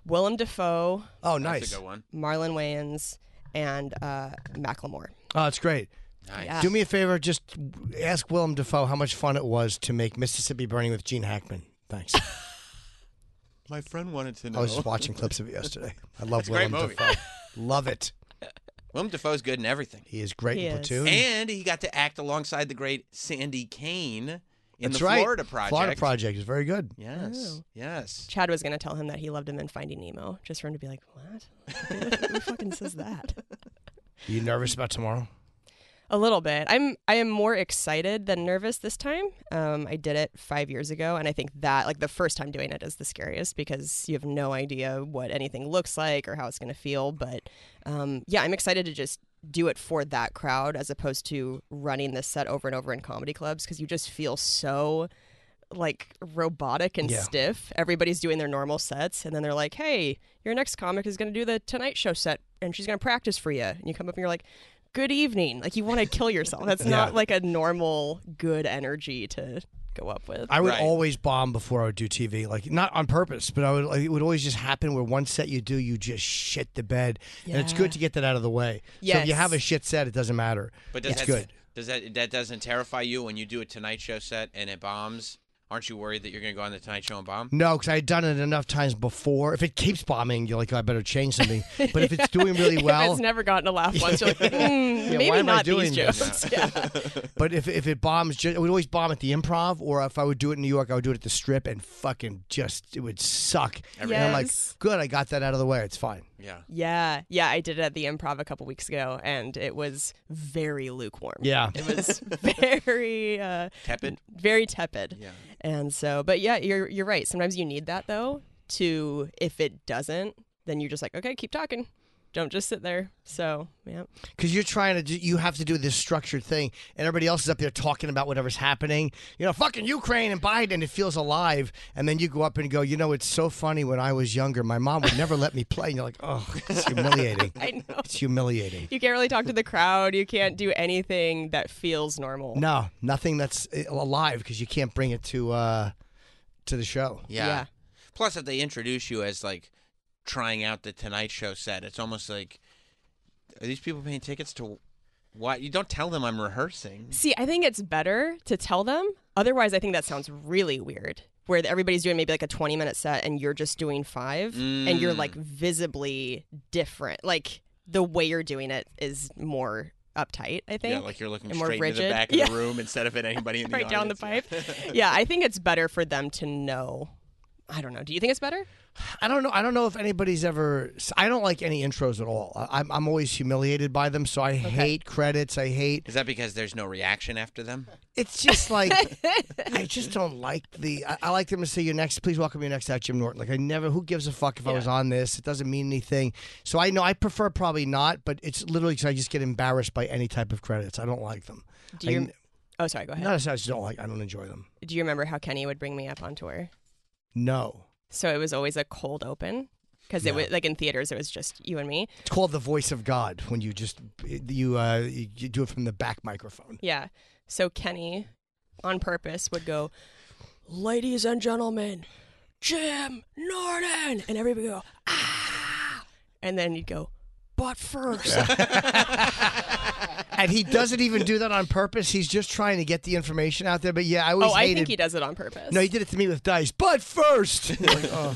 [SPEAKER 3] Willem Dafoe,
[SPEAKER 2] Oh,
[SPEAKER 4] That's
[SPEAKER 2] nice.
[SPEAKER 4] a good one.
[SPEAKER 3] Marlon Wayans, and uh, Macklemore.
[SPEAKER 2] Oh, it's great.
[SPEAKER 4] Nice.
[SPEAKER 3] Yeah.
[SPEAKER 2] Do me a favor, just ask Willem Dafoe how much fun it was to make Mississippi Burning with Gene Hackman. Thanks.
[SPEAKER 5] My friend wanted to know.
[SPEAKER 2] I was just watching clips of it yesterday. I love
[SPEAKER 4] a great
[SPEAKER 2] Willem
[SPEAKER 4] movie.
[SPEAKER 2] Dafoe. Love it.
[SPEAKER 4] Willem Dafoe's good in everything.
[SPEAKER 2] He is great
[SPEAKER 3] He
[SPEAKER 2] in
[SPEAKER 3] is.
[SPEAKER 2] Platoon.
[SPEAKER 4] And he got to act alongside the great Sandy Kane in
[SPEAKER 2] That's
[SPEAKER 4] the
[SPEAKER 2] right.
[SPEAKER 4] Florida Project.
[SPEAKER 2] Florida Project is very good.
[SPEAKER 4] Yes. Yes.
[SPEAKER 3] Chad was gonna tell him that he loved him in Finding Nemo, just for him to be like, What? Who fucking says that?
[SPEAKER 2] You nervous about tomorrow?
[SPEAKER 3] A little bit. I'm I am more excited than nervous this time. Um, I did it five years ago, and I think that like the first time doing it is the scariest because you have no idea what anything looks like or how it's going to feel. But um, yeah, I'm excited to just do it for that crowd as opposed to running this set over and over in comedy clubs because you just feel so like robotic and
[SPEAKER 2] Yeah.
[SPEAKER 3] stiff. Everybody's doing their normal sets, and then they're like, "Hey, your next comic is going to do the Tonight Show set, and she's going to practice for you." And you come up and you're like, "Good evening!" Like you want to kill yourself. That's not like a normal good energy to go up with.
[SPEAKER 2] I would
[SPEAKER 4] Right.
[SPEAKER 2] always bomb before I would do TV, like not on purpose, but I would. Like, it would always just happen where one set you do, you just shit the bed, and it's
[SPEAKER 3] Yeah.
[SPEAKER 2] good to get that out of the way. So if you
[SPEAKER 3] Yes.
[SPEAKER 2] have a shit set, it doesn't matter.
[SPEAKER 4] But does
[SPEAKER 2] it's
[SPEAKER 4] that
[SPEAKER 2] good.
[SPEAKER 4] does that that doesn't terrify you when you do a Tonight Show set and it bombs? Aren't you worried that you're going to go on the Tonight Show and bomb?
[SPEAKER 2] No, because I had done it enough times before. If it keeps bombing, you're like, oh, I better change something. But if it's doing really
[SPEAKER 3] if
[SPEAKER 2] well,
[SPEAKER 3] it's never gotten a laugh once, you're like, "Hmm,
[SPEAKER 2] Yeah,
[SPEAKER 3] maybe
[SPEAKER 2] why am I
[SPEAKER 3] not these
[SPEAKER 2] doing this?"
[SPEAKER 3] jokes. Yeah.
[SPEAKER 2] But if, if it bombs, ju- it would always bomb at the improv, or if I would do it in New York, I would do it at the strip and fucking just, it would suck. And I'm like,
[SPEAKER 3] Yes.
[SPEAKER 2] good, I got that out of the way. It's fine.
[SPEAKER 4] Yeah.
[SPEAKER 3] yeah, yeah. I did it at the Improv a couple weeks ago, and it was very lukewarm.
[SPEAKER 2] Yeah.
[SPEAKER 3] it was very uh,
[SPEAKER 4] Tepid.
[SPEAKER 3] very tepid.
[SPEAKER 4] Yeah.
[SPEAKER 3] And so, but yeah, you're you're right. Sometimes you need that though. To if it doesn't, then you're just like, okay, keep talking. Don't just sit there. So yeah,
[SPEAKER 2] because you're trying to do, you have to do this structured thing and everybody else is up there talking about whatever's happening you know fucking ukraine and biden it feels alive and then you go up and go you know it's so funny when i was younger my mom would never let me play and you're like oh it's humiliating
[SPEAKER 3] I know.
[SPEAKER 2] it's humiliating
[SPEAKER 3] You can't really talk to the crowd. You can't do anything that feels normal.
[SPEAKER 2] no nothing that's uh, alive because you can't bring it to uh to the show
[SPEAKER 4] Yeah.
[SPEAKER 3] Yeah.
[SPEAKER 4] Plus, if they introduce you as like trying out the Tonight Show set, it's almost like are these people paying tickets to what? You don't tell them I'm rehearsing.
[SPEAKER 3] See, I think it's better to tell them. Otherwise, I think that sounds really weird. Where everybody's doing maybe like a 20 minute set and you're just doing five and you're like visibly different. Like the way you're doing it is more uptight, I think.
[SPEAKER 4] Yeah, like you're looking
[SPEAKER 3] and more
[SPEAKER 4] straight into the
[SPEAKER 3] rigid.
[SPEAKER 4] back of
[SPEAKER 3] Yeah.
[SPEAKER 4] the room instead of at anybody in the
[SPEAKER 3] right down the pipe.
[SPEAKER 4] audience.
[SPEAKER 3] yeah, I think it's better for them to know. I don't know. Do you think it's better?
[SPEAKER 2] I don't know. I don't know if anybody's ever. I don't like any intros at all. I- I'm, I'm always humiliated by them, so I hate credits. I hate.
[SPEAKER 4] Is that because there's no reaction after them?
[SPEAKER 2] It's just like I just don't like the. I, I like them to say your next. Please welcome your next out, Jim Norton. Like I never. Who gives a fuck if I was on this? It doesn't mean anything. So I know I prefer probably not, but it's literally 'cause I just get embarrassed by any type of credits. I don't like them.
[SPEAKER 3] Do you?
[SPEAKER 2] I,
[SPEAKER 3] oh, sorry. Go ahead.
[SPEAKER 2] not as I just don't like. I don't enjoy them.
[SPEAKER 3] Do you remember how Kenny would bring me up on tour?
[SPEAKER 2] No,
[SPEAKER 3] So it was always a cold open because it was like in theaters it was just you and me.
[SPEAKER 2] it's called the voice of God when you just you uh you, you do it from the back microphone.
[SPEAKER 3] Yeah. So Kenny, on purpose, would go, "Ladies and gentlemen, Jim Norton," and everybody would go, "Ah!" And then you'd go, "But first,
[SPEAKER 2] And he doesn't even do that on purpose. He's just trying to get the information out there. But yeah, I always
[SPEAKER 3] oh, I
[SPEAKER 2] hated.
[SPEAKER 3] think he does it on purpose."
[SPEAKER 2] no, he did it to me with dice. But first, Like, oh,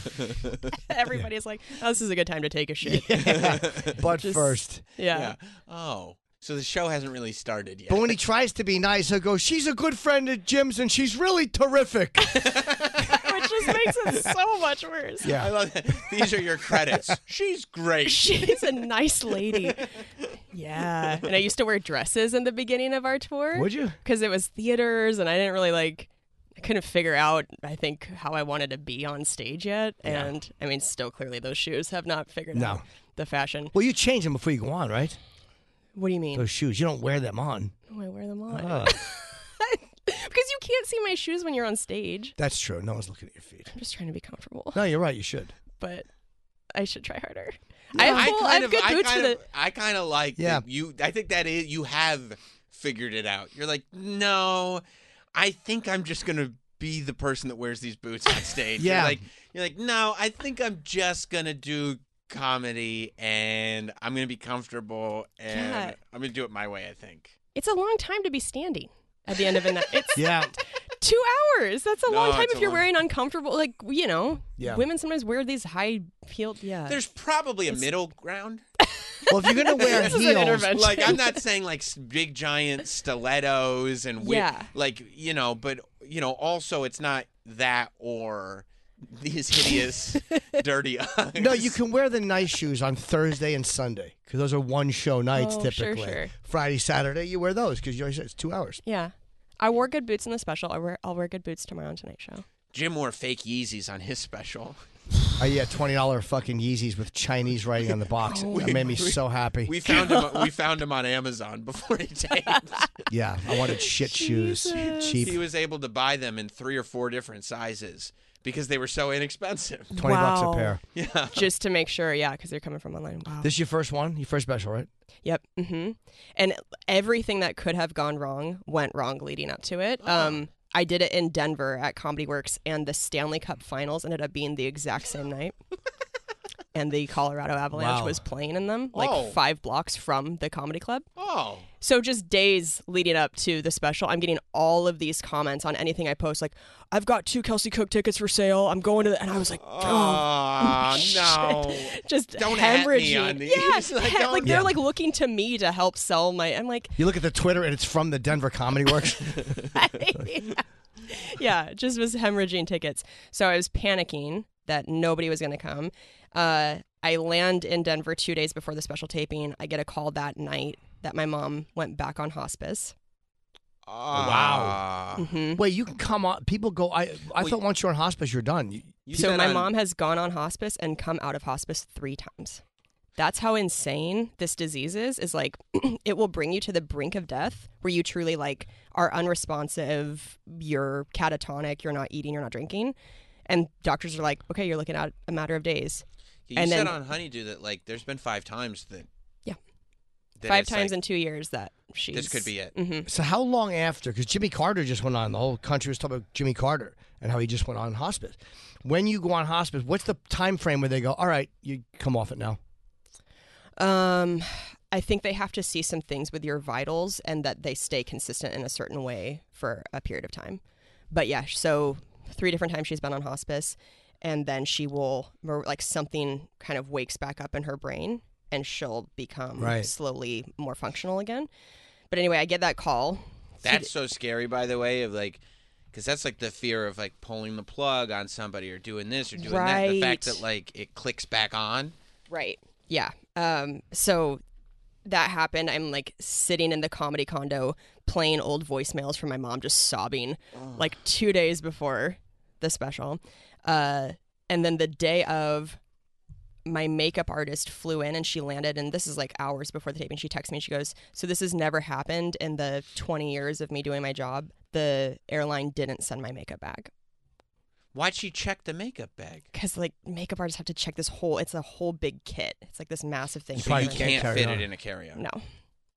[SPEAKER 3] Everybody's like, oh, "This is a good time to take a shit." Yeah.
[SPEAKER 2] but
[SPEAKER 3] Just-
[SPEAKER 2] first.
[SPEAKER 4] Yeah. Oh, so the show hasn't really started yet.
[SPEAKER 2] But when he tries to be nice, he'll go, "She's a good friend of Jim's, and she's really terrific."
[SPEAKER 3] Which just makes it so much worse.
[SPEAKER 4] I love that. These are your credits. She's great.
[SPEAKER 3] She's a nice lady. Yeah. And I used to wear dresses in the beginning of our tour.
[SPEAKER 2] Would you?
[SPEAKER 3] Because it was theaters and I didn't really like, I couldn't figure out, I think, how I wanted to be on stage yet. And I mean, still clearly those shoes have not figured
[SPEAKER 2] No.
[SPEAKER 3] out the fashion.
[SPEAKER 2] Well, you change them before you go on, right?
[SPEAKER 3] What do you mean?
[SPEAKER 2] Those shoes, you don't wear them on.
[SPEAKER 3] Oh, I wear them on.
[SPEAKER 2] Oh,
[SPEAKER 3] Because you can't see my shoes when you're on stage.
[SPEAKER 2] that's true. No one's looking at your feet.
[SPEAKER 3] I'm just trying to be comfortable,
[SPEAKER 2] No, you're right. You should.
[SPEAKER 3] but I should try harder. I have, cool, I
[SPEAKER 4] kind
[SPEAKER 3] have
[SPEAKER 4] of-
[SPEAKER 3] good boots
[SPEAKER 4] I
[SPEAKER 3] for
[SPEAKER 4] kind
[SPEAKER 3] the.
[SPEAKER 4] of, I kind of like. Yeah.
[SPEAKER 2] Yeah.
[SPEAKER 4] you. I think that is. You have figured it out. You're like, no, I think I'm just gonna be the person that wears these boots on stage.
[SPEAKER 2] Yeah.
[SPEAKER 4] You're like, you're like, no, I think I'm just gonna do comedy and I'm gonna be comfortable and
[SPEAKER 3] Yeah.
[SPEAKER 4] I'm gonna do it my way. I think.
[SPEAKER 3] It's a long time to be standing at the end of a night. It's
[SPEAKER 2] Yeah.
[SPEAKER 3] two hours. That's a
[SPEAKER 4] No,
[SPEAKER 3] long time
[SPEAKER 4] it's
[SPEAKER 3] if
[SPEAKER 4] a
[SPEAKER 3] you're
[SPEAKER 4] long-
[SPEAKER 3] wearing uncomfortable. Like you know,
[SPEAKER 2] Yeah.
[SPEAKER 3] women sometimes wear these high heeled. Yeah,
[SPEAKER 4] There's probably a middle ground.
[SPEAKER 2] Well, if you're gonna wear
[SPEAKER 3] This is
[SPEAKER 2] heels,
[SPEAKER 3] an intervention.
[SPEAKER 4] Like I'm not saying like s- big giant stilettos and we-
[SPEAKER 3] Yeah.
[SPEAKER 4] like you know, but you know, also it's not that or these hideous, dirty eyes.
[SPEAKER 2] No, you can wear the nice shoes on Thursday and Sunday because those are one show nights
[SPEAKER 3] Oh, sure,
[SPEAKER 2] typically.
[SPEAKER 3] sure.
[SPEAKER 2] Friday, Saturday, you wear those because you always say it's two hours.
[SPEAKER 3] yeah. I wore good boots in the special. I wear I'll wear good boots tomorrow on Tonight Show.
[SPEAKER 4] Jim wore fake Yeezys on his special.
[SPEAKER 2] Uh, yeah, twenty dollar fucking Yeezys with Chinese writing on the box.
[SPEAKER 3] Oh,
[SPEAKER 2] that made me so happy.
[SPEAKER 4] We found him. We found him on Amazon before he taped.
[SPEAKER 2] yeah, I wanted shit shoes, cheap,
[SPEAKER 4] he was able to buy them in three or four different sizes because they were so inexpensive.
[SPEAKER 2] twenty
[SPEAKER 3] Wow.
[SPEAKER 2] bucks a pair.
[SPEAKER 3] Just to make sure, yeah, because they're coming from online. Wow.
[SPEAKER 2] This is your first one, your first special, right?
[SPEAKER 3] Yep. hmm And everything that could have gone wrong went wrong leading up to it. Um, I did it in Denver at Comedy Works, and the Stanley Cup Finals ended up being the exact same night. And the Colorado Avalanche
[SPEAKER 2] Wow.
[SPEAKER 3] was playing in them, like
[SPEAKER 4] Oh.
[SPEAKER 3] five blocks from the comedy club.
[SPEAKER 4] Oh,
[SPEAKER 3] So just days leading up to the special, I'm getting all of these comments on anything I post. Like, I've got two Kelsey Cook tickets for sale. I'm going to, the, and I was like, oh,
[SPEAKER 4] oh no!
[SPEAKER 3] just
[SPEAKER 4] don't at
[SPEAKER 3] hemorrhaging.
[SPEAKER 4] me on these.
[SPEAKER 3] Yeah,
[SPEAKER 4] Like,
[SPEAKER 3] he-
[SPEAKER 4] don't-
[SPEAKER 3] like
[SPEAKER 2] Yeah.
[SPEAKER 3] they're like looking to me to help sell my. I'm like,
[SPEAKER 2] You look at the Twitter and it's from the Denver Comedy Works.
[SPEAKER 3] yeah, just was hemorrhaging tickets. So I was panicking that nobody was going to come. Uh, I land in Denver two days before the special taping. I get a call that night that my mom went back on hospice.
[SPEAKER 4] wow!
[SPEAKER 3] hmm
[SPEAKER 2] Wait, you can come on. People go. I I
[SPEAKER 4] Wait.
[SPEAKER 2] thought once you're in hospice, you're done. You-
[SPEAKER 4] You
[SPEAKER 3] So
[SPEAKER 4] said
[SPEAKER 3] my
[SPEAKER 4] on-
[SPEAKER 3] mom has gone on hospice and come out of hospice three times. That's how insane this disease is. Is like it will bring you to the brink of death, where you truly like are unresponsive, you're catatonic, you're not eating, you're not drinking, and doctors are like, okay, you're looking at a matter of days.
[SPEAKER 4] You
[SPEAKER 3] And
[SPEAKER 4] said
[SPEAKER 3] then-
[SPEAKER 4] on Honeydew that like there's been five times that.
[SPEAKER 3] Yeah.
[SPEAKER 4] that
[SPEAKER 3] Five
[SPEAKER 4] it's
[SPEAKER 3] times
[SPEAKER 4] like,
[SPEAKER 3] in two years that she's.
[SPEAKER 4] this could be it.
[SPEAKER 2] So how long after? Because Jimmy Carter just went on. The whole country was talking about Jimmy Carter and how he just went on hospice. When you go on hospice, what's the time frame where they go? All right, you come off it now.
[SPEAKER 3] Um, I think they have to see some things with your vitals and that they stay consistent in a certain way for a period of time. But yeah, so three different times she's been on hospice, and then she will mer- like something kind of wakes back up in her brain, and she'll become
[SPEAKER 2] Right.
[SPEAKER 3] slowly more functional again. But anyway, I get that call.
[SPEAKER 4] That's so scary, by the way, of like, because that's like the fear of like pulling the plug on somebody or doing this or doing that. The fact
[SPEAKER 3] Right.
[SPEAKER 4] that like it clicks back on.
[SPEAKER 3] Right. Yeah. Um, so that happened. I'm like sitting in the comedy condo playing old voicemails from my mom, just sobbing like two days before the special. Uh, and then the day of, my makeup artist flew in and she landed. And this is like hours before the taping. She texts me and she goes, So this has never happened in the 20 years of me doing my job. The airline didn't send my makeup bag
[SPEAKER 4] Why'd she check the makeup bag?
[SPEAKER 3] because like makeup artists have to check this whole it's a whole big kit it's like this massive thing
[SPEAKER 4] So you
[SPEAKER 2] Probably
[SPEAKER 4] can't
[SPEAKER 2] carry
[SPEAKER 4] fit
[SPEAKER 2] on.
[SPEAKER 4] it in a carry-on.
[SPEAKER 3] no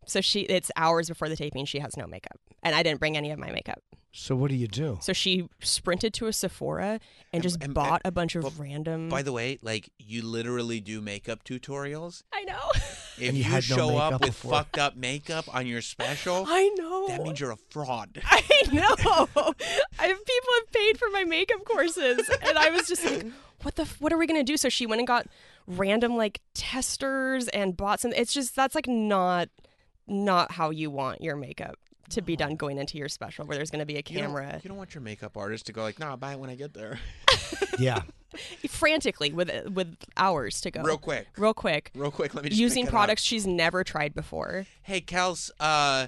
[SPEAKER 3] so she it's hours before the taping she has no makeup and i didn't bring any of my makeup
[SPEAKER 2] So what do you do?
[SPEAKER 3] so she sprinted to a sephora and, just
[SPEAKER 4] and-
[SPEAKER 3] bought a bunch of
[SPEAKER 4] well,
[SPEAKER 3] random
[SPEAKER 4] By the way, like you literally do makeup tutorials.
[SPEAKER 3] i know
[SPEAKER 4] If
[SPEAKER 2] And
[SPEAKER 4] you,
[SPEAKER 2] you had no
[SPEAKER 4] show up
[SPEAKER 2] makeup
[SPEAKER 4] with
[SPEAKER 2] before.
[SPEAKER 4] fucked up makeup on your special,
[SPEAKER 3] i know
[SPEAKER 4] that means you're a fraud.
[SPEAKER 3] I know. I have people have paid for my makeup courses, and I was just like, "What the? f- What are we gonna do?" So she went and got random like testers and bought some. It's just that's like not not how you want your makeup to be done going into your special, where there's gonna be a
[SPEAKER 4] You don't- You
[SPEAKER 3] camera
[SPEAKER 4] don't, want your makeup artist to go like, "Nah, I'll buy it when I get there."
[SPEAKER 2] Yeah.
[SPEAKER 3] frantically with with hours to go,
[SPEAKER 4] Real quick.
[SPEAKER 3] real quick,
[SPEAKER 4] Real quick, let me just pick
[SPEAKER 3] using
[SPEAKER 4] it up.
[SPEAKER 3] products she's never tried before.
[SPEAKER 4] Hey, Kels, uh,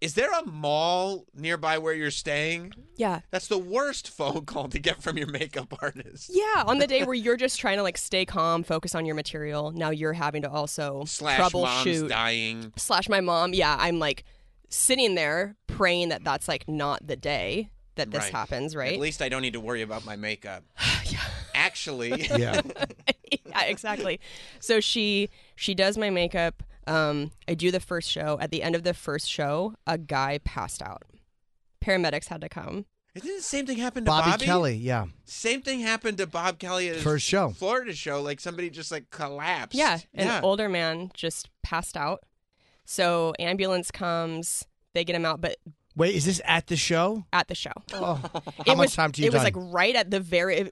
[SPEAKER 4] is there a mall nearby where you're staying?
[SPEAKER 3] Yeah.
[SPEAKER 4] That's the worst phone call to get from your makeup artist.
[SPEAKER 3] Yeah, on the day where you're just trying to like stay calm, focus on your material, now you're having to also
[SPEAKER 4] Slash mom's
[SPEAKER 3] troubleshoot
[SPEAKER 4] dying.
[SPEAKER 3] slash my mom yeah i'm like sitting there praying that that's like not the day that this
[SPEAKER 4] Right.
[SPEAKER 3] happens right
[SPEAKER 4] At least I don't need to worry about my makeup. Actually,
[SPEAKER 2] Yeah.
[SPEAKER 3] yeah exactly so she she does my makeup um i do the first show at the end of the first show a guy passed out paramedics had to come
[SPEAKER 4] isn't the same thing happened to
[SPEAKER 2] Bobby,
[SPEAKER 4] Bobby,
[SPEAKER 2] Kelly. Yeah.
[SPEAKER 4] Same thing happened to Bob Kelly at his
[SPEAKER 2] First show.
[SPEAKER 4] Florida show. Like somebody just like collapsed.
[SPEAKER 3] yeah an
[SPEAKER 4] yeah.
[SPEAKER 3] older man just passed out so ambulance comes they get him out but
[SPEAKER 2] Wait, is this at the show?
[SPEAKER 3] at the show
[SPEAKER 2] Oh, how much
[SPEAKER 3] it was,
[SPEAKER 2] time do you
[SPEAKER 3] It was
[SPEAKER 2] done?
[SPEAKER 3] like right at the very.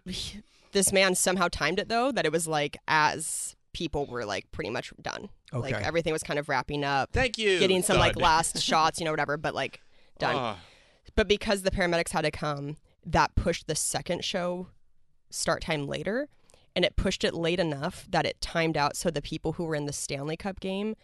[SPEAKER 3] This man somehow timed it though that it was like as people were like pretty much done.
[SPEAKER 2] Okay.
[SPEAKER 3] Like everything was kind of wrapping up,
[SPEAKER 4] Thank you.
[SPEAKER 3] getting some like
[SPEAKER 4] thud.
[SPEAKER 3] last shots, you know, whatever. But like done.
[SPEAKER 4] Oh,
[SPEAKER 3] But because the paramedics had to come, that pushed the second show start time later, and it pushed it late enough that it timed out so the people who were in the Stanley Cup game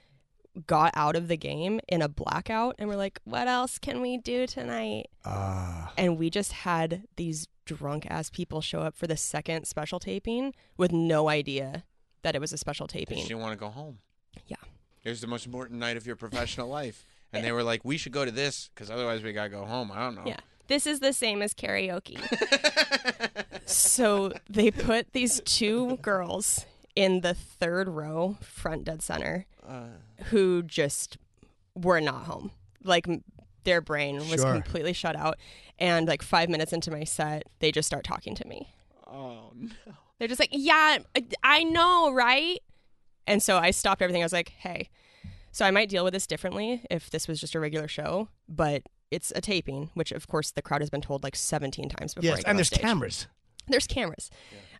[SPEAKER 3] got out of the game in a blackout and were like, "What else can we do tonight?"
[SPEAKER 2] Ah.
[SPEAKER 3] and we just had these drunk ass people show up for the second special taping with no idea that it was a special
[SPEAKER 4] she
[SPEAKER 3] taping.
[SPEAKER 4] didn't want to go home.
[SPEAKER 3] Yeah.
[SPEAKER 4] It was the most important night of your professional life. And they were like, we should go to this because otherwise we got to go home. I don't know.
[SPEAKER 3] Yeah. This is the same as karaoke. so they put these two girls in the third row, front dead center, who just were not home. Like m- their brain was
[SPEAKER 2] Sure.
[SPEAKER 3] completely shut out. And like five minutes into my set, they just start talking to me.
[SPEAKER 4] Oh, no.
[SPEAKER 3] They're just like, yeah, I know, right? And so I stopped everything. I was like, hey, so I might deal with this differently if this was just a regular show, but it's a taping, which of course the crowd has been told like 17 times before. I
[SPEAKER 2] yes,
[SPEAKER 3] get on
[SPEAKER 2] and there's
[SPEAKER 3] stage.
[SPEAKER 2] cameras.
[SPEAKER 3] There's cameras.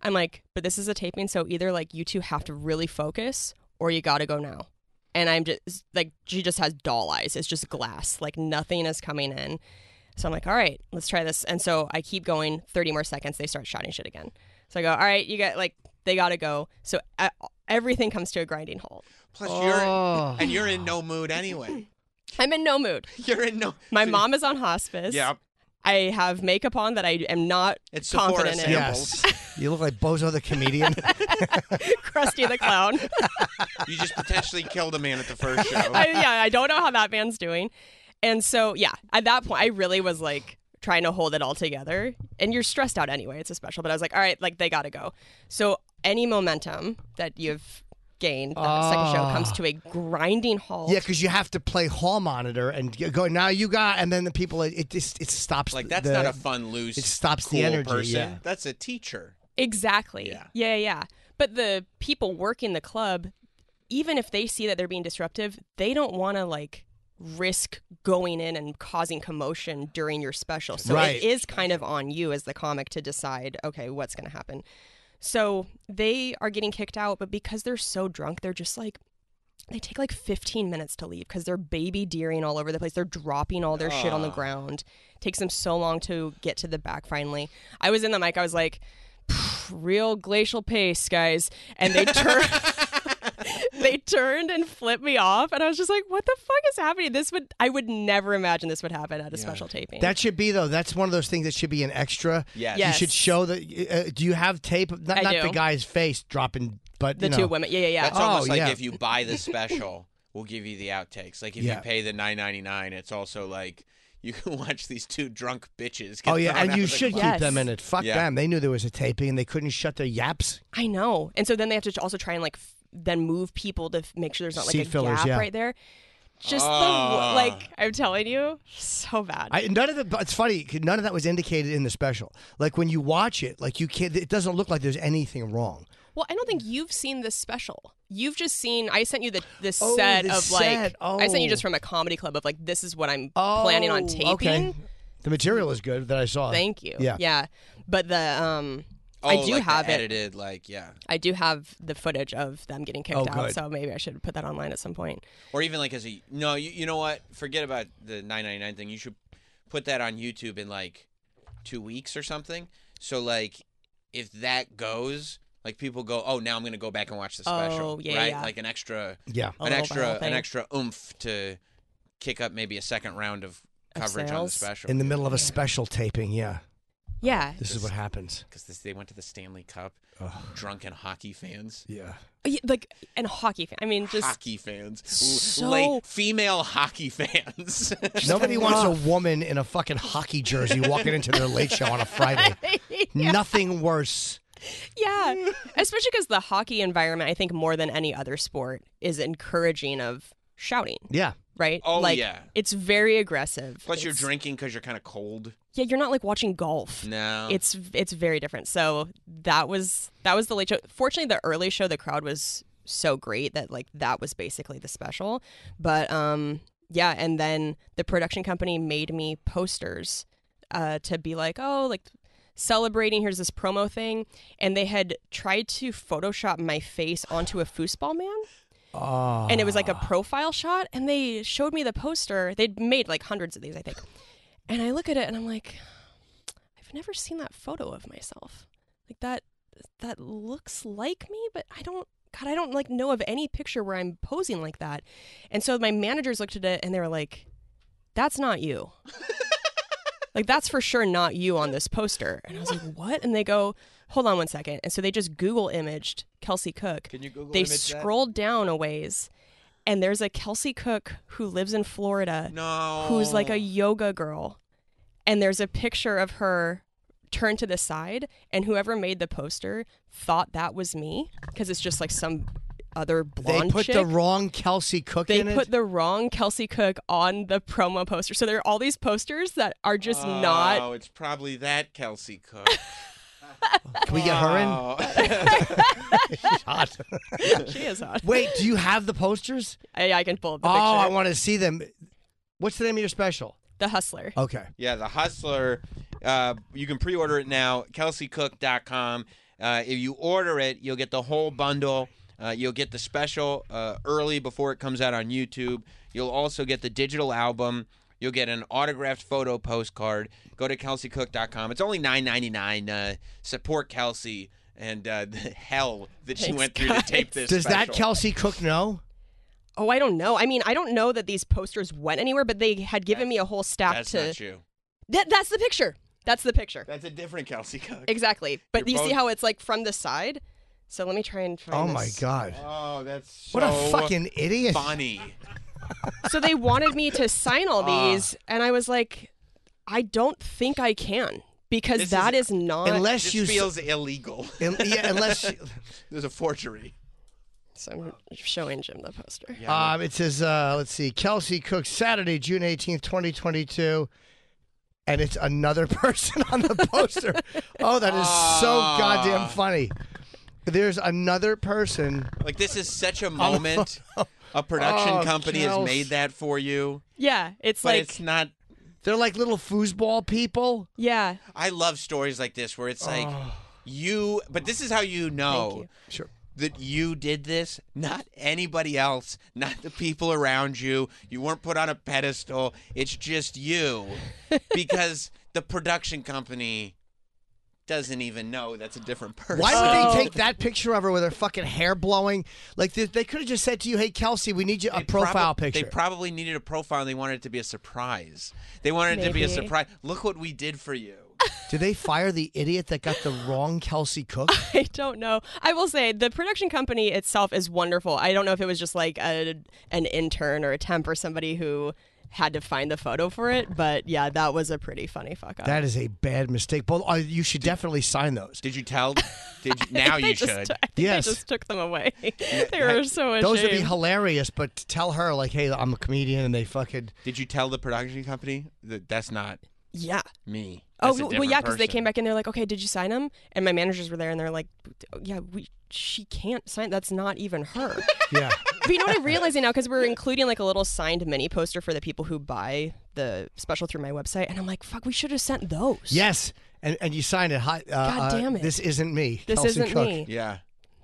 [SPEAKER 3] I'm like, but this is a taping, so either like you two have to really focus or you got to go now. And I'm just like, she just has doll eyes. It's just glass. Like nothing is coming in. So I'm like, all right, let's try this. And so I keep going 30 more seconds. They start shouting shit again. So I go, all right, you got like, they got to go. So uh, everything comes to a grinding halt.
[SPEAKER 4] Plus, you're
[SPEAKER 2] Oh.
[SPEAKER 4] and you're in no mood anyway.
[SPEAKER 3] I'm in no mood.
[SPEAKER 4] You're in no.
[SPEAKER 3] My mom is on hospice.
[SPEAKER 4] Yep.
[SPEAKER 3] I have makeup on that I am not
[SPEAKER 4] It's Sephora
[SPEAKER 3] confident in.
[SPEAKER 4] sample.
[SPEAKER 2] Yes. you look like Bozo the comedian.
[SPEAKER 3] Krusty the Clown.
[SPEAKER 4] You just potentially killed a man at the first show.
[SPEAKER 3] I, yeah, I don't know how that man's doing. And so, yeah, at that point, I really was like trying to hold it all together. And you're stressed out anyway. It's a special, but I was like, all right, like they got to go. So any momentum that you've gained, that second show comes to a grinding halt.
[SPEAKER 2] yeah, because you have to play hall monitor and you go. Now you got, and then the people. It, it just it stops.
[SPEAKER 4] Like that's
[SPEAKER 2] the-
[SPEAKER 4] not a fun loose.
[SPEAKER 2] it stops the
[SPEAKER 4] cool
[SPEAKER 2] energy,
[SPEAKER 4] Person.
[SPEAKER 2] yeah.
[SPEAKER 4] That's a teacher.
[SPEAKER 3] Exactly.
[SPEAKER 4] Yeah.
[SPEAKER 3] yeah, yeah. But the people working the club, even if they see that they're being disruptive, they don't want to like risk going in and causing commotion during your special. So
[SPEAKER 2] Right.
[SPEAKER 3] it is kind of on you as the comic to decide, okay, what's going to happen. So they are getting kicked out, but because they're so drunk, they're just like they take like 15 minutes to leave because they're baby deering all over the place. They're dropping all their shit on the ground. Takes them so long to get to the back finally. I was in the mic, I was like, "Phew, real glacial pace, guys. And they turned they turned and flipped me off and I was just like, what the fuck is happening? This would I would never imagine this would happen at a special taping.
[SPEAKER 2] That should be though. That's one of those things that should be an extra.
[SPEAKER 4] Yes.
[SPEAKER 2] You should
[SPEAKER 3] Yes.
[SPEAKER 2] show that. Uh, do you have tape? Not,
[SPEAKER 3] I
[SPEAKER 2] not the
[SPEAKER 3] do.
[SPEAKER 2] guy's face dropping, but
[SPEAKER 3] the
[SPEAKER 2] you know.
[SPEAKER 3] two women. Yeah, yeah, yeah.
[SPEAKER 4] That's almost
[SPEAKER 2] Oh,
[SPEAKER 4] like
[SPEAKER 2] yeah.
[SPEAKER 4] if you buy the special, we'll give you the outtakes. Like if
[SPEAKER 2] Yeah.
[SPEAKER 4] you pay the nine ninety nine, it's also like you can watch these two drunk bitches. Get
[SPEAKER 2] Oh yeah,
[SPEAKER 4] thrown
[SPEAKER 2] and
[SPEAKER 4] out
[SPEAKER 2] you
[SPEAKER 4] of the
[SPEAKER 2] should
[SPEAKER 4] club.
[SPEAKER 2] keep them in it. Fuck
[SPEAKER 4] Yeah.
[SPEAKER 2] them. They knew there was a taping and they couldn't shut their yaps.
[SPEAKER 3] I know. And so then they have to also try and like f- then move people to f- make sure there's not like
[SPEAKER 2] Seat
[SPEAKER 3] a
[SPEAKER 2] fillers,
[SPEAKER 3] gap
[SPEAKER 2] yeah.
[SPEAKER 3] right there. Just the
[SPEAKER 4] Ah.
[SPEAKER 3] wo- like I'm telling you, so bad.
[SPEAKER 2] I, none of the. but It's funny. 'cause None of that was indicated in the special. Like when you watch it, like you can't. It doesn't look like there's anything wrong.
[SPEAKER 3] well, I don't think you've seen this special. You've just seen I sent you the the
[SPEAKER 2] Oh,
[SPEAKER 3] set
[SPEAKER 2] the
[SPEAKER 3] of
[SPEAKER 2] set.
[SPEAKER 3] like I sent you
[SPEAKER 2] Oh.
[SPEAKER 3] just from a comedy club of like this is what I'm planning
[SPEAKER 4] Oh,
[SPEAKER 3] on taping.
[SPEAKER 2] Okay. The material is good that I saw.
[SPEAKER 3] Thank you.
[SPEAKER 2] Yeah.
[SPEAKER 3] Yeah. But the um
[SPEAKER 4] Oh,
[SPEAKER 3] I do
[SPEAKER 4] like the
[SPEAKER 3] have it.
[SPEAKER 4] edited. Like yeah,
[SPEAKER 3] I do have the footage of them getting kicked
[SPEAKER 2] Oh,
[SPEAKER 3] out,
[SPEAKER 2] good.
[SPEAKER 3] so maybe I should put that online at some point.
[SPEAKER 4] or even like as a no. You, you know what? Forget about the nine ninety nine thing. You should put that on YouTube in like two weeks or something. So like if that goes. Like people go, oh, now I'm gonna go back and watch the special,
[SPEAKER 3] Oh, yeah,
[SPEAKER 4] right?
[SPEAKER 3] yeah.
[SPEAKER 4] Like an extra
[SPEAKER 2] Yeah.
[SPEAKER 3] A
[SPEAKER 4] an
[SPEAKER 3] little eh?
[SPEAKER 4] extra
[SPEAKER 3] viral
[SPEAKER 4] an
[SPEAKER 3] thing.
[SPEAKER 4] extra oomph to kick up maybe a second round of
[SPEAKER 3] Of
[SPEAKER 4] coverage on the
[SPEAKER 3] sales.
[SPEAKER 4] special
[SPEAKER 2] In the middle of a special taping. Yeah.
[SPEAKER 3] Yeah.
[SPEAKER 2] This is what happens.
[SPEAKER 4] because they went to the Stanley Cup. Drunken hockey fans,
[SPEAKER 2] Yeah.
[SPEAKER 3] Yeah, Like and hockey fan. I mean just
[SPEAKER 4] hockey fans, L-
[SPEAKER 3] so-
[SPEAKER 4] female hockey fans.
[SPEAKER 2] Nobody wants a woman in a fucking hockey jersey walking into their late show on a Friday. Nothing worse.
[SPEAKER 3] Yeah, especially because the hockey environment, I think more than any other sport, is encouraging of shouting,
[SPEAKER 2] Yeah.
[SPEAKER 3] right?
[SPEAKER 4] Oh,
[SPEAKER 3] like,
[SPEAKER 4] yeah.
[SPEAKER 3] it's very aggressive.
[SPEAKER 4] Plus, you're
[SPEAKER 3] It's-
[SPEAKER 4] drinking because you're kind of cold.
[SPEAKER 3] Yeah, you're not like watching golf.
[SPEAKER 4] No,
[SPEAKER 3] It's it's very different. So that was that was the late show. Fortunately, the early show, the crowd was so great that like that was basically the special. But um, yeah, and then the production company made me posters uh, to be like, oh, like celebrating. Here's this promo thing, and they had tried to Photoshop my face onto a foosball man,
[SPEAKER 2] Oh.
[SPEAKER 3] and it was like a profile shot. And they showed me the poster. They'd made like hundreds of these, I think. And I look at it, and I'm like, I've never seen that photo of myself. Like that, that looks like me, but I don't. God, I don't like know of any picture where I'm posing like that. And so my managers looked at it, and they were like, "That's not you." like that's for sure not you on this poster. And I was like, what? And they go, hold on one second. And so they just Google imaged Kelsey Cook. Can you Google They scrolled down a ways, and there's a Kelsey Cook who lives in Florida,
[SPEAKER 4] no.
[SPEAKER 3] who's like a yoga girl, and there's a picture of her turned to the side, and whoever made the poster thought that was me because it's just like some other blonde
[SPEAKER 2] They put
[SPEAKER 3] chick
[SPEAKER 2] the wrong Kelsey Cook
[SPEAKER 3] they
[SPEAKER 2] in
[SPEAKER 3] put
[SPEAKER 2] it.
[SPEAKER 3] the wrong Kelsey Cook on the promo poster. So there are all these posters that are just not.
[SPEAKER 4] Oh, it's probably that Kelsey Cook.
[SPEAKER 2] Can we get her in?
[SPEAKER 4] Oh.
[SPEAKER 2] She's hot.
[SPEAKER 3] She is hot.
[SPEAKER 2] Wait, do you have the posters?
[SPEAKER 3] I, I can pull up the
[SPEAKER 2] Oh,
[SPEAKER 3] picture.
[SPEAKER 2] I want to see them. What's the name of your special?
[SPEAKER 3] the Hustler.
[SPEAKER 2] Okay.
[SPEAKER 4] Yeah, The Hustler. Uh, you can pre-order it now. KelseyCook.com. Uh, if you order it, you'll get the whole bundle. Uh, you'll get the special uh, early before it comes out on YouTube. You'll also get the digital album. You'll get an autographed photo postcard. Go to KelseyCook.com. It's only nine ninety nine. Uh, support Kelsey and uh, the hell that she
[SPEAKER 3] Thanks,
[SPEAKER 4] went through
[SPEAKER 3] guys.
[SPEAKER 4] to tape this.
[SPEAKER 2] Does that
[SPEAKER 4] special.
[SPEAKER 2] Kelsey Cook know?
[SPEAKER 3] Oh, I don't know. I mean, I don't know that these posters went anywhere, but they had given me a whole stack
[SPEAKER 4] That's
[SPEAKER 3] to.
[SPEAKER 4] not you.
[SPEAKER 3] Th- that's the picture. That's the picture.
[SPEAKER 5] That's a different Kelsey Cook.
[SPEAKER 3] Exactly. But
[SPEAKER 5] You're
[SPEAKER 3] you see
[SPEAKER 5] both-
[SPEAKER 3] how it's like from the side? So let me try and find
[SPEAKER 2] Oh my
[SPEAKER 3] this.
[SPEAKER 2] god!
[SPEAKER 5] Oh, that's
[SPEAKER 2] What a fucking idiot!
[SPEAKER 5] funny.
[SPEAKER 3] So they wanted me to sign all these and I was like I don't think I can because
[SPEAKER 5] This
[SPEAKER 3] that is not
[SPEAKER 2] Unless
[SPEAKER 5] This
[SPEAKER 2] you, s-
[SPEAKER 5] feels illegal.
[SPEAKER 2] un- yeah, unless you-
[SPEAKER 5] There's a forgery.
[SPEAKER 3] so I'm showing Jim the poster.
[SPEAKER 2] um, it says, uh, let's see, Kelsey Cook, Saturday, June eighteenth, twenty twenty-two, and it's another person on the poster. oh, that is so
[SPEAKER 4] Ah.
[SPEAKER 2] goddamn funny. There's another person.
[SPEAKER 4] Like this is such a moment. A production
[SPEAKER 2] Oh,
[SPEAKER 4] company
[SPEAKER 2] Kels.
[SPEAKER 4] has made that for you,
[SPEAKER 3] Yeah, it's
[SPEAKER 4] but
[SPEAKER 3] like
[SPEAKER 4] it's not.
[SPEAKER 2] They're like little foosball people.
[SPEAKER 3] yeah.
[SPEAKER 4] I love stories like this where it's like you, but this is how you know
[SPEAKER 3] you.
[SPEAKER 2] Sure.
[SPEAKER 4] that you did this, not anybody else, not the people around you. You weren't put on a pedestal. It's just you, because the production company doesn't even know that's a different person.
[SPEAKER 2] Why would
[SPEAKER 3] Oh.
[SPEAKER 2] they take that picture of her with her fucking hair blowing? Like they, they could have just said to you, "Hey, Kelsey, we need you a
[SPEAKER 4] They
[SPEAKER 2] profile
[SPEAKER 4] proba-
[SPEAKER 2] picture."
[SPEAKER 4] They probably needed a profile. and They wanted it to be a surprise. They wanted it to be a
[SPEAKER 3] Maybe.
[SPEAKER 4] surprise. Look what we did for you.
[SPEAKER 2] Did they fire the idiot that got the wrong Kelsey Cook?
[SPEAKER 3] I don't know. I will say the production company itself is wonderful. I don't know if it was just like a, an intern or a temp or somebody who had to find the photo for it, but yeah, that was a pretty funny fuck up.
[SPEAKER 2] That is a bad mistake. But uh, you should definitely sign those.
[SPEAKER 4] Did you tell? Did you, now
[SPEAKER 3] they
[SPEAKER 4] you
[SPEAKER 3] just,
[SPEAKER 4] should.
[SPEAKER 3] I think
[SPEAKER 2] Yes.
[SPEAKER 3] they just took them away. they were so ashamed.
[SPEAKER 2] Those would be hilarious. But tell her like, "Hey, I'm a comedian," and they fucking
[SPEAKER 4] Did you tell the production company that that's not
[SPEAKER 3] yeah.
[SPEAKER 4] me?
[SPEAKER 3] Oh
[SPEAKER 4] That's a
[SPEAKER 3] well, yeah, because
[SPEAKER 4] different
[SPEAKER 3] they came
[SPEAKER 4] person.
[SPEAKER 3] back and they're like, "Okay, did you sign them?" And my managers were there, and they're like, "Yeah, we she can't sign. That's not even her."
[SPEAKER 2] yeah.
[SPEAKER 3] but you know what I'm realizing now because we're including like a little signed mini poster for the people who buy the special through my website, and I'm like, fuck, we should have sent those.
[SPEAKER 2] yes, and and you signed it. Hi, uh,
[SPEAKER 3] God
[SPEAKER 2] uh,
[SPEAKER 3] damn it.
[SPEAKER 2] This isn't me.
[SPEAKER 3] this
[SPEAKER 2] Kelsey
[SPEAKER 3] isn't
[SPEAKER 2] Cook.
[SPEAKER 3] me.
[SPEAKER 4] Yeah.